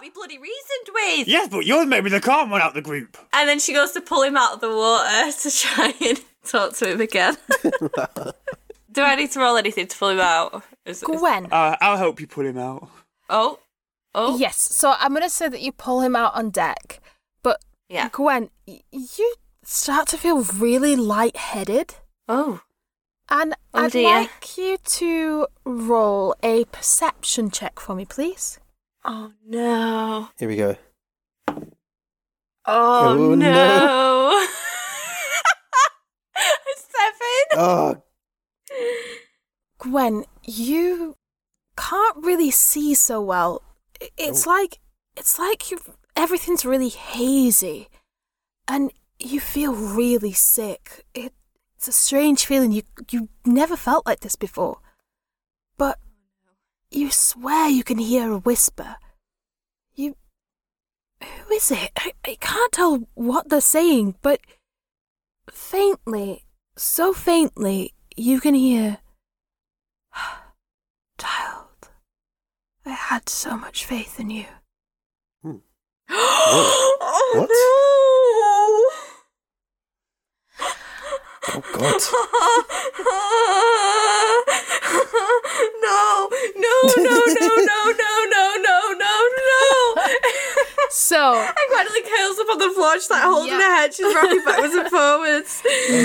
be bloody reasoned with.
Yes, but you're maybe the calm one out the group.
And then she goes to pull him out of the water (laughs) to try and talk to him again. (laughs) Do I need to roll anything to pull him out? Is- is-
Gwen.
Uh, I'll help you pull him out.
oh, oh,
Yes. So I'm gonna say that you pull him out on deck, but
Yeah.
Gwen, y- you start to feel really lightheaded,
oh.
and
Oh,
I'd
dear.
like you to roll a perception check for me, please.
Oh no.
(laughs) Here we go.
Oh,
Oh,
no.
no. (laughs)
Seven.
Oh,
Gwen, you can't really see so well. I- It's like it's like you everything's really hazy, and you feel really sick. It, it's a strange feeling. You you never felt like this before, but you swear you can hear a whisper. You, who is it? I, I can't tell what they're saying, but faintly, so faintly, you can hear. Child, I had so much faith in you.
oh
What?
no.
oh God.
no, no, no, no, no, no, no, no, no, no.
(laughs) So
And Gwendolyn curls up on the floor, she's like holding
Yeah.
her head, she's rocking backwards and forwards.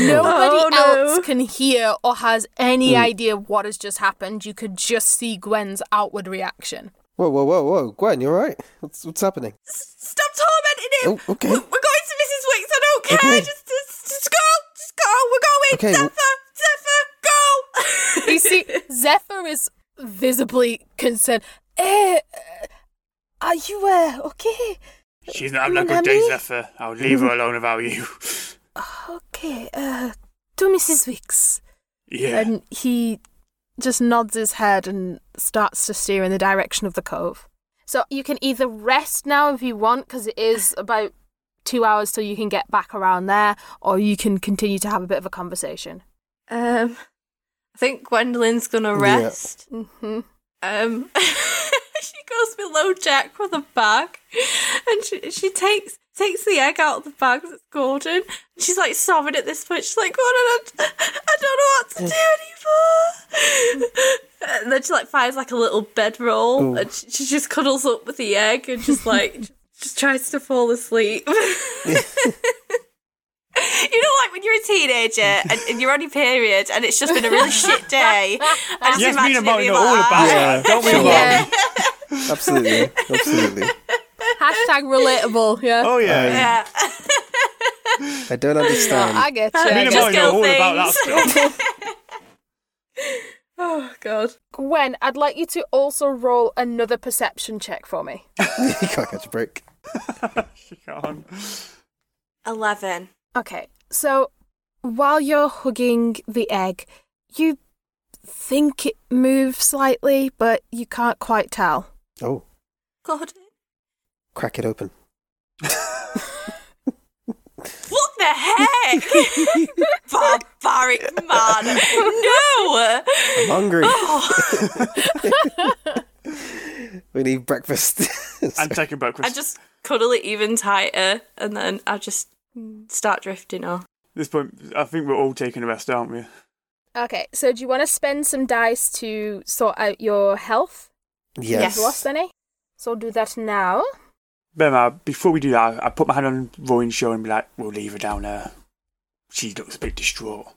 nobody
Oh, no.
else can hear or has any idea what has just happened. You could just see Gwen's outward reaction.
Whoa, whoa, whoa, whoa. Gwen, you're right. What's, what's happening?
Stop tormenting him!
Oh, okay.
We're going to Mrs. Wicks, I don't care!
Okay.
Just, just, just go! Just go!
Okay,
We're going!
w-
Zephyr! Zephyr! Go!
You
(laughs)
see, Zephyr is visibly concerned. Eh, uh, are you uh, okay?
She's not having a good day,
Mummy?
Zephyr. I'll leave her alone without you. (laughs)
Okay, uh, to Mrs. Wicks.
Yeah.
And he just nods his head and starts to steer in the direction of the cove. So you can either rest now if you want, because it
(laughs)
is about two hours till you can get back around there, or you can continue to have a bit of a
(laughs)
conversation.
Um, I think Gwendolyn's gonna
Yeah.
rest.
hmm
Um, (laughs) she goes below Jack with a bag, and she she takes takes the egg out of the bag that's golden. She's like sobbing at this point. She's like, "Oh, I don't, I don't know what to do anymore." (laughs) And then she like finds like a little bedroll, and she, she just cuddles up with the egg and just like just tries to fall asleep. (laughs) You know, like when you're a teenager and, and you're on your period, and it's just been a really shit day. I just
Yes,
imagine
me
it
and Molly
being
know all
like "Ah,
about
that.
her. Don't we,
Sure.
Molly?
Yeah. Absolutely. Absolutely.
Hashtag relatable, yeah.
Oh, yeah.
Um,
Yeah.
I don't understand.
I get you.
Me and
Just
Molly know
girl
all about that stuff.
(laughs) Oh god.
Gwen, I'd like you to also roll another perception check for me.
(laughs) you can't catch a break.
(laughs)
(laughs) She can't.
Eleven.
Okay, so while you're hugging the egg, you think it moves slightly, but you can't quite tell.
Oh,
God.
crack it open.
What the heck?
(laughs)
Barbaric man. No. Oh,
I'm
(gasps)
hungry. we need breakfast. (laughs)
I'm taking
I
breakfast.
just cuddle it even tighter, and then I just start drifting off.
At this point, I think we're all taking a rest, aren't we?
Okay, so do you want to spend some dice to sort out your health?
yes.
You've lost any? So do that now.
But uh, before we do that, I, I put my hand on Rowan's shoulder and be like, we'll leave her down there. She looks a bit distraught.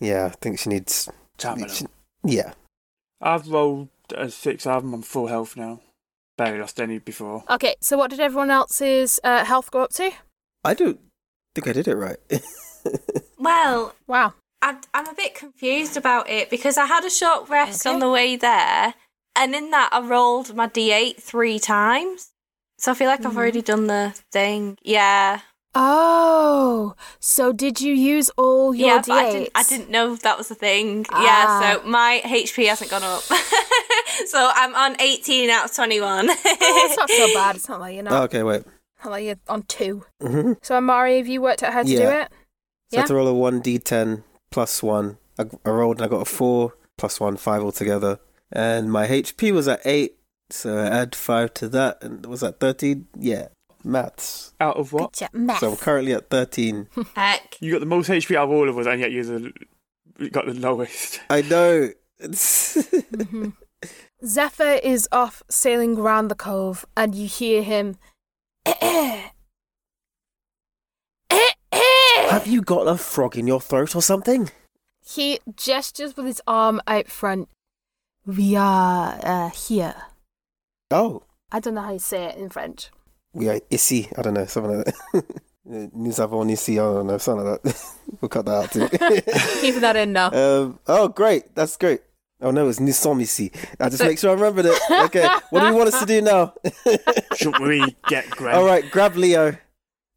Yeah, I think she needs.
Time alone.
she- yeah.
I've rolled a six album. I'm full health now. Barely lost any before.
Okay, so what did everyone else's uh, health go up to?
I don't think I did it right. (laughs)
Well,
Wow.
I'm, I'm a bit confused about it because I had a short rest on the way there, and in that I rolled my d8 three times. So I feel like I've
Hmm.
already done the thing. Yeah.
Oh, so did you use all your
yeah, but I didn't, I
D8s?
didn't know that was a thing.
Ah.
Yeah, so my HP hasn't gone up. (laughs) so I'm on 18 out of 21.
(laughs) Oh, it's not
(laughs)
so bad. It's not like you're
oh,
not,
okay, wait.
not like you're on two.
Mm-hmm.
So Amari, have you worked out how to do
Yeah.
it?
So I had to roll a one d10 plus one. I, I rolled and I got a four plus one, five altogether. And my HP was at eight, So I add five to that, and was that thirteen? Yeah, maths.
Out of what?
Ch- Math.
So I'm currently at thirteen.
Heck.
You got the most HP out of all of us, and yet you're the you got the lowest. (laughs)
I know.
Zephyr is off sailing round the cove, and you hear him.
(laughs)
(coughs)
Have you got a frog in your throat or something?
He gestures with his arm out front.
We are uh, here.
Oh,
I don't know how you say it in French.
we are ici. I don't know something like that. (laughs) Nous avons ici. I don't know something like that. (laughs) we'll cut that out too.
Keep that in now. (laughs)
um, oh, great. That's great. Oh no, it's nous sommes ici. I just make sure I remembered it. Okay, what do you want us to do
(laughs)
now?
Should we get Gwen?
All right, grab Leo.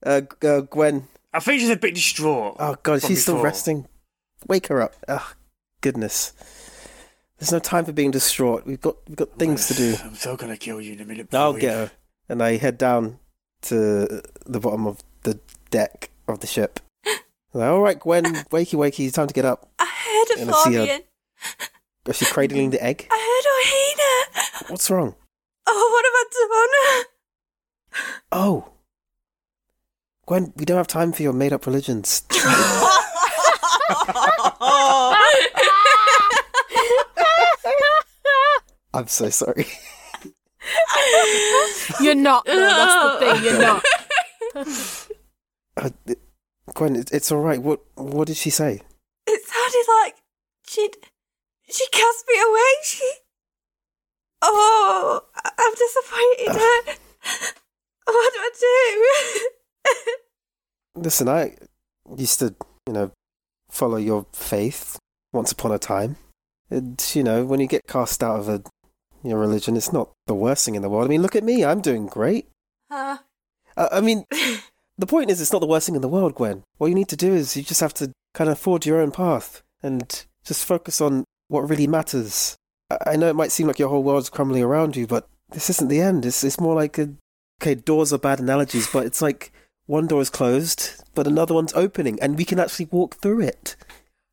Uh, G- uh, Gwen.
I think she's a bit distraught.
Oh god,
from
she's still
before.
resting. Wake her up. Oh goodness. There's no time for being distraught. We've got we've got things to do.
(sighs) I'm so gonna kill you in a minute.
I'll
before
get
you-
her. And I head down to the bottom of the deck of the
(laughs)
ship. Like, All right, Gwen, wakey, wakey, it's time to get up.
I heard
And
a
I see her-
Florian.
Is she cradling the egg?
I heard Ohina.
What's wrong?
Oh,
Oh, Gwen, we don't have time for your made-up religions.
(laughs)
what about
I'm so sorry.
Damona?
You're not, though. That's the thing. You're not.
Uh, th- Gwen, it- it's all right. What what did she say?
It sounded like she'd she cast me away. She. Oh, I- I'm disappointed in her. What do I do?
Listen, I used to, you know, follow your faith once upon a time. And, you know, when you get cast out of a your religion, it's not the worst thing in the world. I mean, look at me. I'm doing great.
uh,
Uh, I mean, the point is, it's not the worst thing in the world, Gwen. What you need to do is you just have to kind of forge your own path and just focus on what really matters. I, I know it might seem like your whole world's crumbling around you, but this isn't the end. It's it's more like a okay. Doors are bad analogies, but it's like one door is closed, but another one's opening, and we can actually walk through it.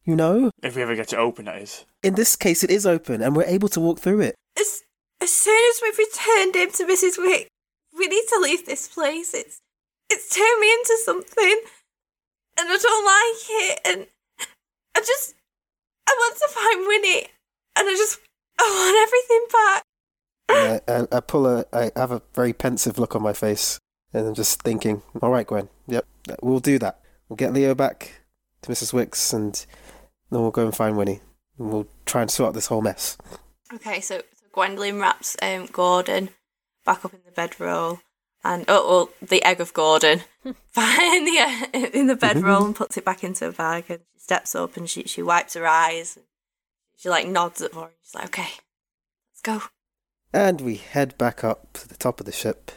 You know,
If we ever get to open, that
(laughs)
is.
in this case, it is open, and we're able to walk through it.
as as soon as we've returned him to Mrs. Wick, we need to leave this place. It's it's turned me into something, and I don't like it. And I just I want to find Winnie, and I just I want everything back.
And I, I, I pull a. I have a very pensive look on my face, and I'm just thinking, "All right, Gwen. Yep, we'll do that. We'll get Leo back to Mrs. Wicks, and then we'll go and find Winnie, and we'll try and sort out this whole mess."
Okay, so, so Gwendolyn wraps um, Gordon back up in the bedroll, and oh, well, the egg of (laughs) Gordon in (laughs) the uh, in the bedroll (laughs) and puts it back into a bag. And she steps up and she she wipes her eyes. And she like nods at Warren. She's like, "Okay, let's go."
And we head back up to the top of the ship.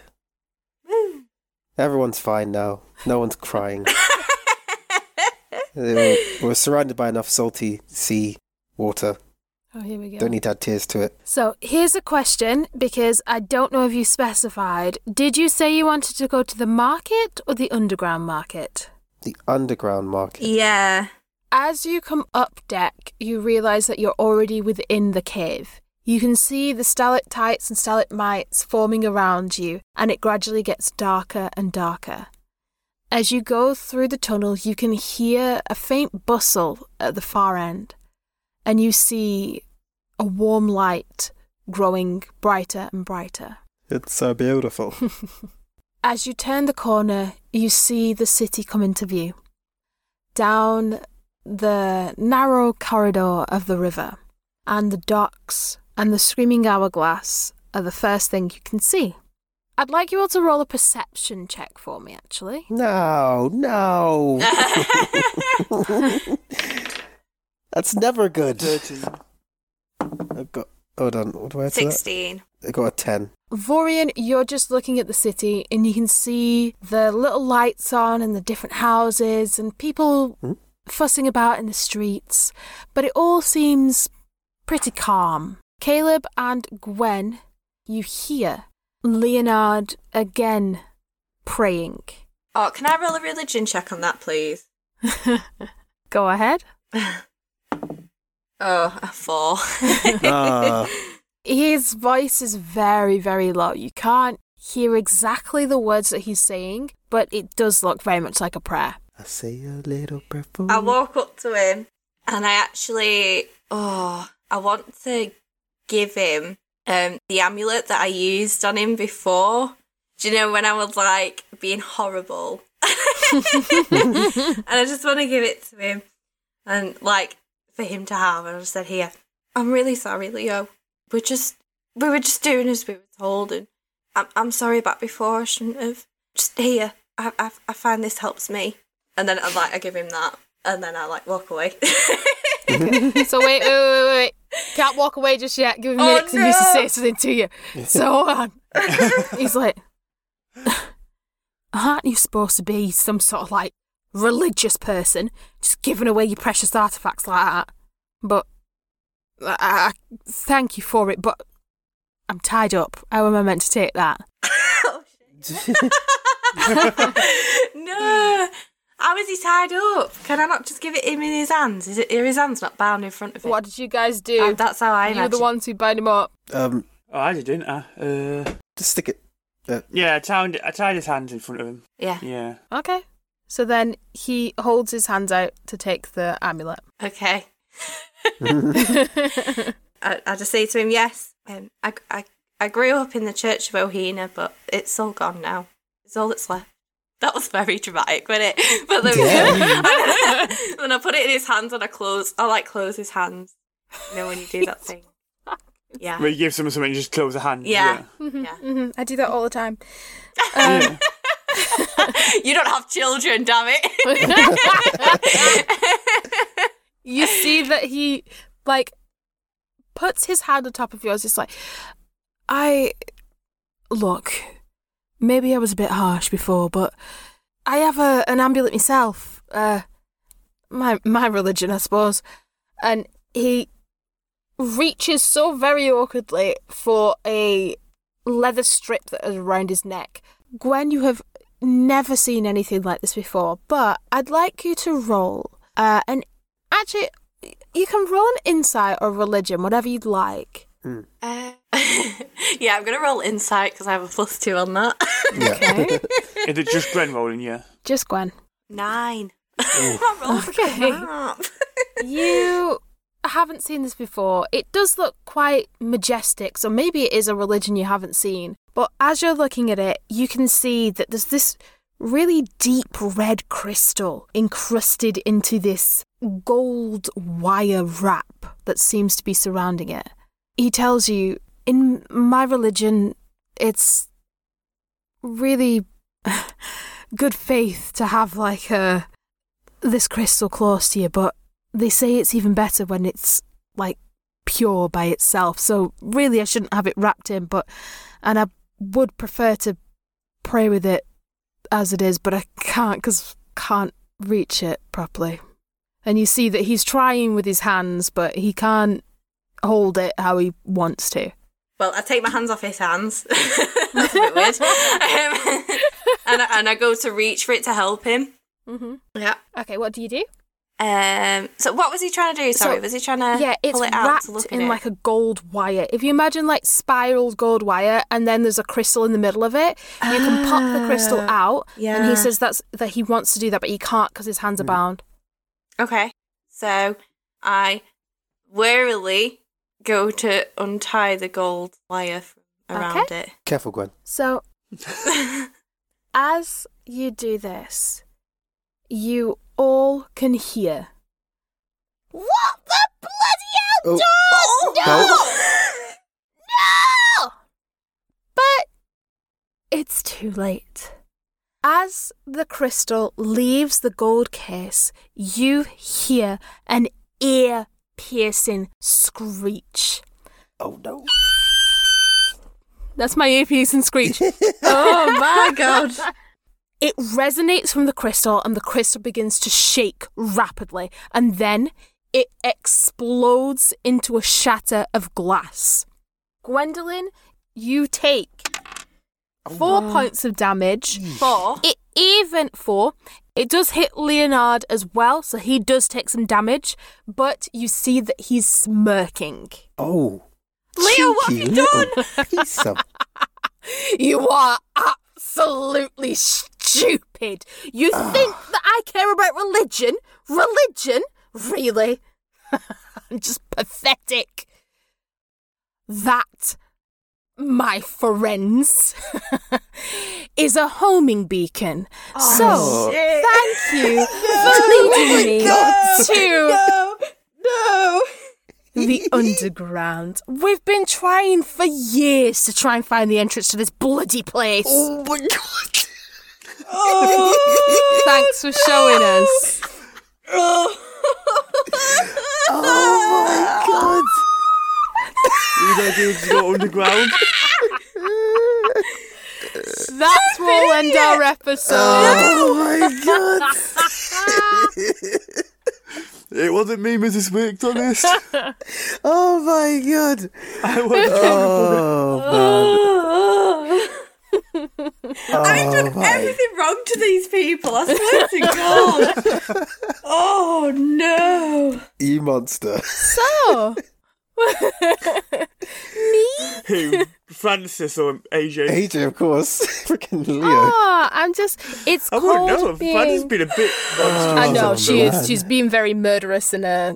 (laughs) Woo.
Everyone's fine now. No one's crying. we're, we're surrounded by enough salty sea water.
Oh, here we go.
Don't e- need to add tears to it.
So here's a question because I don't know if you specified. Did you say you wanted to go to the market or the underground market?
The underground market.
E (laughs) Yeah.
As you come up deck, you realize that you're already within the cave. You can see the stalactites and stalagmites forming around you, and it gradually gets darker and darker. As you go through the tunnel, you can hear a faint bustle at the far end, and you see a warm light growing brighter and brighter.
It's so beautiful. (laughs)
As you turn the corner, you see the city come into view. Down the narrow corridor of the river, and the docks and the screaming hourglass are the first thing you can see. I'd like you all to roll a perception check for me, actually.
No, no. (laughs) That's never good. I got. Hold on. What do I add to that?
Sixteen.
I got a
(laughs)
ten.
Vorian, you're just looking at the city and you can see the little lights on and the different houses and people
Hmm?
fussing about in the streets, but it all seems pretty calm. Caleb and Gwen, you hear Leonard again praying. (laughs)
Oh, can I roll a religion check on that, please? (laughs)
Go ahead.
Oh, a four.
Ah,
his voice is very, very low. You can't hear exactly the words that he's saying, but it does look very much like a prayer.
I say a little prayer for
I
you.
walk up to him and I actually, oh, I want to give him um, the amulet that I used on him before. Do you know when I was like being horrible? (laughs) and I just want to give it to him and like for him to have. And I just said, here, I'm really sorry, Leo. We're just, we were just doing as we were told. And I'm, I'm sorry about before. I shouldn't have. Just here, I, I, I find this helps me. And then I like I give him that, and then I like
(laughs)
walk away. (laughs)
So wait, wait, wait, wait, wait. Can't walk away just yet. Give me a
Oh,
minute 'cause I'm used to
no.
say something to you. So hold (laughs) on. He's like, aren't you supposed to be some sort of like religious person, just giving away your precious artifacts like that? But I, I thank you for it, but I'm tied up. How am I meant to take that?
no, how is he tied up? Can I not just give it him in his hands? Is it are his hands not bound in front of him?
What did you guys do?
Oh, that's how I
you were
imagine.
the ones who bound him up.
um,
Oh, I did, didn't I? Uh,
just stick it. uh,
yeah, I tied, I tied his hands in front of him.
Yeah.
Yeah.
Okay. So then he holds his hands out to take the amulet.
Okay. (laughs) I, I just say to him, yes. Um, I, I I grew up in the Church of Ohina, but it's all gone now. It's all that's left. That was very dramatic, wasn't it? (laughs) But there we (laughs) go. and I put it in his hands, and I close. I like close his hands. You know when you do that thing. Yeah.
Where you give someone something and just close the hand.
Yeah.
Mhm, I do that all the time.
Yeah. Yeah.
You don't have children, damn it.
(laughs) you see that he like puts his hand on top of yours. It's like, I look. Maybe I was a bit harsh before, but I have a an amulet myself. Uh, my my religion, I suppose. And he reaches so very awkwardly for a leather strip that is around his neck. Gwen, you have never seen anything like this before, but I'd like you to roll uh, an Actually, you can roll an insight or religion, whatever you'd like.
mm,
Uh, (laughs) yeah, I'm gonna roll insight because I have a plus two on that.
Yeah.
Is it just Gren rolling? Yeah.
Just Gwen.
Nine. (laughs) I rolled
Okay.
up. (laughs)
You haven't seen this before. It does look quite majestic, so maybe it is a religion you haven't seen. But as you're looking at it, you can see that there's this really deep red crystal encrusted into this gold wire wrap that seems to be surrounding it. He tells you, in my religion, it's really (laughs) good faith to have like a this crystal close to you, but they say it's even better when it's like pure by itself. So really, I shouldn't have it wrapped in, but and I would prefer to pray with it as it is, but I can't because can't reach it properly. And you see that he's trying with his hands, but he can't hold it how he wants to.
Well, I take my hands off his hands. (laughs) That's a bit weird. Um, (laughs) and, I, and I go to reach for it to help him.
Mm-hmm.
Yeah.
Okay, what do you do?
Um. So what was he trying to do? Sorry, was he trying to
yeah, it's
pull it out
wrapped
to look at
in
it?
like a gold wire. If you imagine like spiraled gold wire, and then there's a crystal in the middle of it, you can pop the crystal out. And
yeah.
he says that's that he wants to do that, but he can't because his hands are bound.
Okay. So I warily go to untie the gold wire from around it.
(laughs) Careful, Gwen.
So as you do this, you all can hear. What the bloody
Oh.
No! But it's too late. As the crystal leaves the gold case, you hear an ear piercing screech.
Oh (laughs) no.
That's my ear piercing screech. (laughs) oh my
(laughs)
god. (laughs) It resonates from the crystal and the crystal begins to shake rapidly and then it explodes into a shatter of glass. Gwendolyn, you take
Oh,
four points of damage.
Four.
It even four. It does hit Leonard as well, so he does take some damage, but you see that he's smirking.
Oh.
Leo, what have
cheeky
you done? (laughs)
little piece of
You are absolutely stupid. You think that I care about religion? Religion? Really? (laughs) I'm just pathetic. That, my friends, (laughs) is a homing beacon. so,
Oh, shit. oh
thank
(laughs)
you for leading me to
No, no.
the underground. We've been trying for years to try and find the entrance to this bloody place.
(laughs) Oh my god.
Thanks for showing us.
(laughs) Oh
You gonna do is go underground.
That's where we'll end our episode.
(laughs) Oh, my
(laughs) It wasn't me, Mrs. Wick,
(laughs)
honest.
god. Oh my god.
(laughs) I was
Oh man.
I've done
Oh my.
everything wrong to these people. I swear to God. Oh no.
You E monster.
So,
(laughs)
who? Francis or AJ?
AJ, of course. (laughs) Freaking Leo.
ah, I'm just, it's
I
cold.
wouldn't know.
being-
Francis has been a bit.
I know,
Oh,
she is,
man.
she's being very murderous and uh,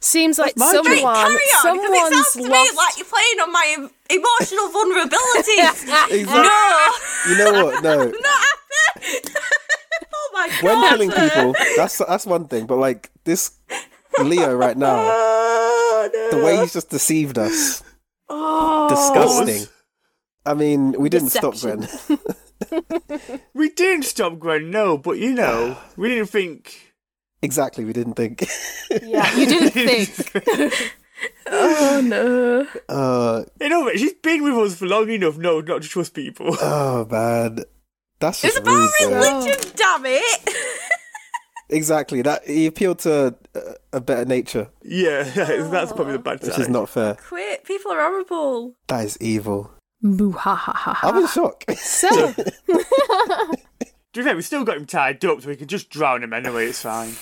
seems like
my job.
someone,
Wait,
Wait, carry on. 'cause it
someone's
sounds to me
lost.
like you're playing on my em-
(laughs)
emotional vulnerabilities. no,
You know what? No.
not happy. (laughs) oh my God.
When killing people, that's that's one thing. But like this Leo right now,
Oh, no.
the way he's just deceived us,
Oh.
disgusting. I mean, we didn't
Deception.
stop Gwen.
We didn't stop Gwen, no, but you know, we didn't think.
(laughs) exactly, we didn't think. (laughs)
yeah, you didn't think.
Oh no.
Uh,
You know, but she's been with us for long enough, no, not to trust people.
oh man, that's
It's
just
about
rude. though.
religion, damn it.
Exactly. That he appealed to uh, a better nature,
Yeah, (laughs) that's probably the bad
which
side.
is not fair.
Quit. People are horrible.
That is evil.
Boo ha ha ha
I'm
ha.
in shock. (laughs)
So,
Do you think we still got him tied up, so we can just drown him anyway? It's fine.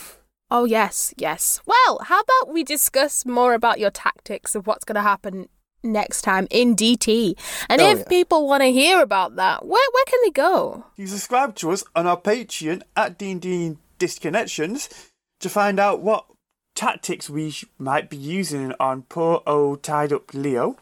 Oh, yes, yes. Well, how about we discuss more about your tactics of what's going to happen next time in DT? And
Oh,
if
yeah.
people want to hear about that, where, where can they go?
You can subscribe to us on our Patreon at D&D Disconnections to find out what tactics we sh- might be using on poor old tied up Leo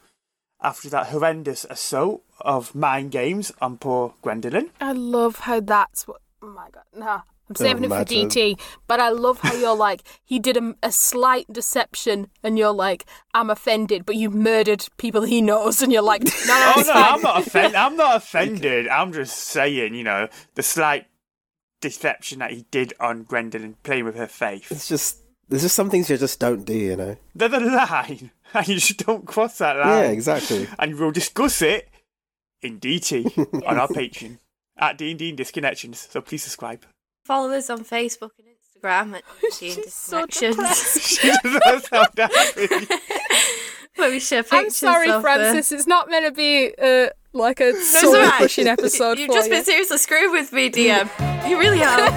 after that horrendous assault of mind games on poor Gwendolyn.
I love how that's what. Oh my God, nah. I'm saving it for
imagine.
DT, but I love how you're like, he did a, a slight deception, and you're like, I'm offended, but you murdered people he knows, and you're like, no, no,
Oh
it's
no,
fine.
I'm (laughs) not offended. I'm not offended. I'm just saying, you know, the slight deception that he did on Gwendolyn playing with her faith.
it's just there's just some things you just don't do, you know.
They're the line, (laughs) and you just don't cross that line.
Yeah, exactly.
and we'll discuss it in
(laughs)
DT on our Patreon at D&D and Disconnections. So please subscribe. (laughs)
Follow us on Facebook and Instagram at Energy
(laughs) (laughs)
and
She's so
Disconnections,
depressed.
She doesn't sound happy.
where we share
(laughs)
pictures.
I'm sorry,
of, uh,
Francis. It's not meant to be uh, like a soul
alright.
pushing episode.
You've
for
just
you.
been seriously screwed with me, DM. You really (laughs) have.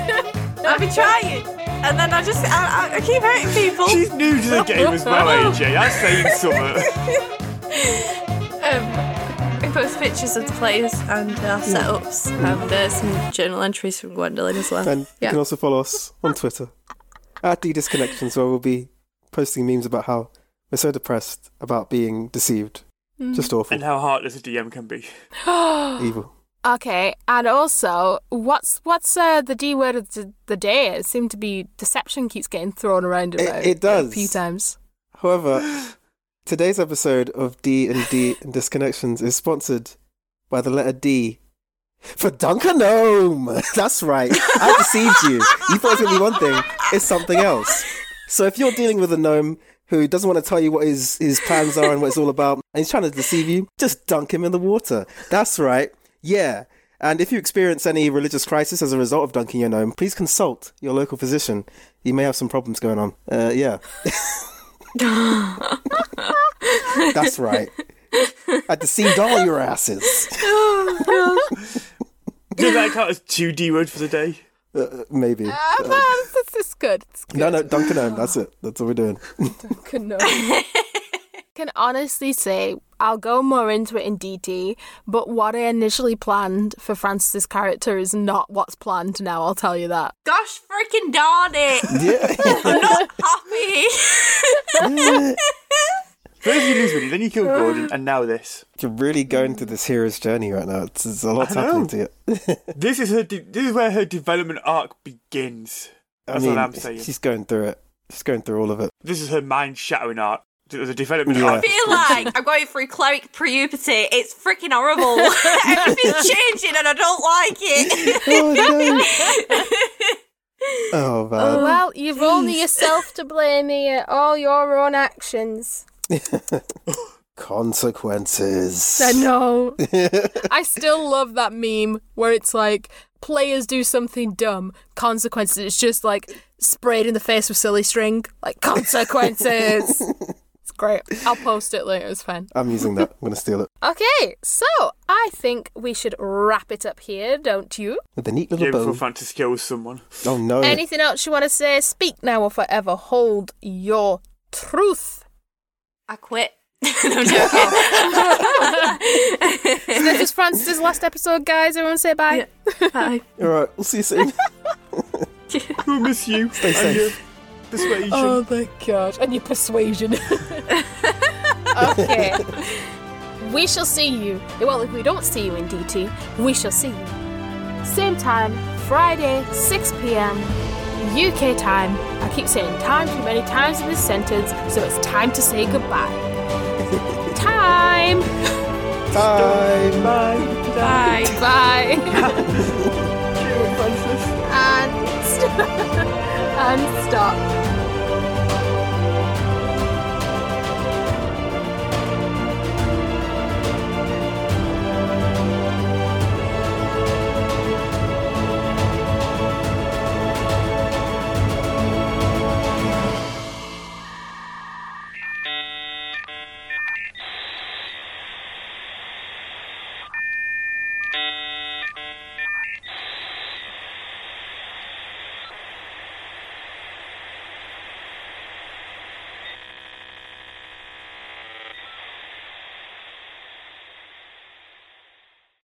I've been trying, and then I just I, I- I keep hurting people.
She's new to the game as well, AJ. I'm saying something.
Um, we post pictures of the players and our setups, and there's some journal entries from Gwendolyn as well.
And you
yeah.
can also follow us on Twitter at D Disconnections, where we'll be posting memes about how we're so depressed about being deceived. Just awful,
And how heartless a DM can be.
evil.
Okay, and also, what's what's uh, the D word of the, the day? It seemed to be deception keeps getting thrown around
It-
about
it
a
does.
few times.
However, today's episode of D and D and Disconnections is sponsored by the letter D for Dunkanome. (laughs) That's right. I deceived you. You thought it was going to be one thing. It's something else. So if you're dealing with a gnome who doesn't want to tell you what his, his plans are and what it's all about, and he's trying to deceive you, just dunk him in the water. That's right. Yeah. And if you experience any religious crisis as a result of dunking your gnome, please consult your local physician. You may have some problems going on. Uh, yeah. That's right. I deceived all your asses.
Does that count as two D words for the day?
Uh, maybe.
Ah, man, this is good. It's good.
No, no, Dunkin' Home. That's it. That's what we're doing.
Good, no. (laughs) can honestly say I'll go more into it in DD, but what I initially planned for Francis's character is not what's planned now, I'll tell you that.
Gosh freaking darn it! I'm not
Yeah.
happy.
First you lose Winnie, then you kill Gordon, and now this.
(laughs) You're really going through this hero's journey right now. It's, it's a lot's
I know.
happening to you.
This is her. De- this is where her development arc begins.
I
That's
mean,
what I'm saying.
she's going through it. She's going through all of it. (laughs)
This is her mind-shattering arc. The the development
Yeah.
arc.
feel like I'm going through cleric puberty. It's freaking horrible. (laughs) Everything's changing and I don't like it.
Oh, no. oh man.
well, you've only yourself to blame here. All your own actions.
Consequences.
I know. I still love that meme where it's like players do something dumb, consequences. It's just like sprayed in the face with silly string, like
(laughs)
consequences. it's great. I'll post it later. It's fine.
(laughs) I'm using that. I'm going to steal it.
Okay, so I think we should wrap it up here, don't you?
With a neat little
Yeah, before
bow.
Francis kills someone.
Oh no.
Anything else you want to say? Speak now or forever hold your truth.
I quit. (laughs) I'm joking.
This is Francis' last episode, guys. Everyone say bye.
Yeah. Bye.
All right. We'll see you soon. (laughs)
We'll miss you.
Stay
and
safe.
your Persuasion.
Oh my god. And your persuasion. (laughs) okay. We shall see you. Well, if we don't see you in DT, we shall see you. Same time, Friday, 6 pm, UK time. I keep saying time too many times in this sentence, so it's time to say (laughs) goodbye. time!
Bye.
Bye.
Bye.
(laughs) Bye!
Kill Francis.
(laughs) and, st- and stop.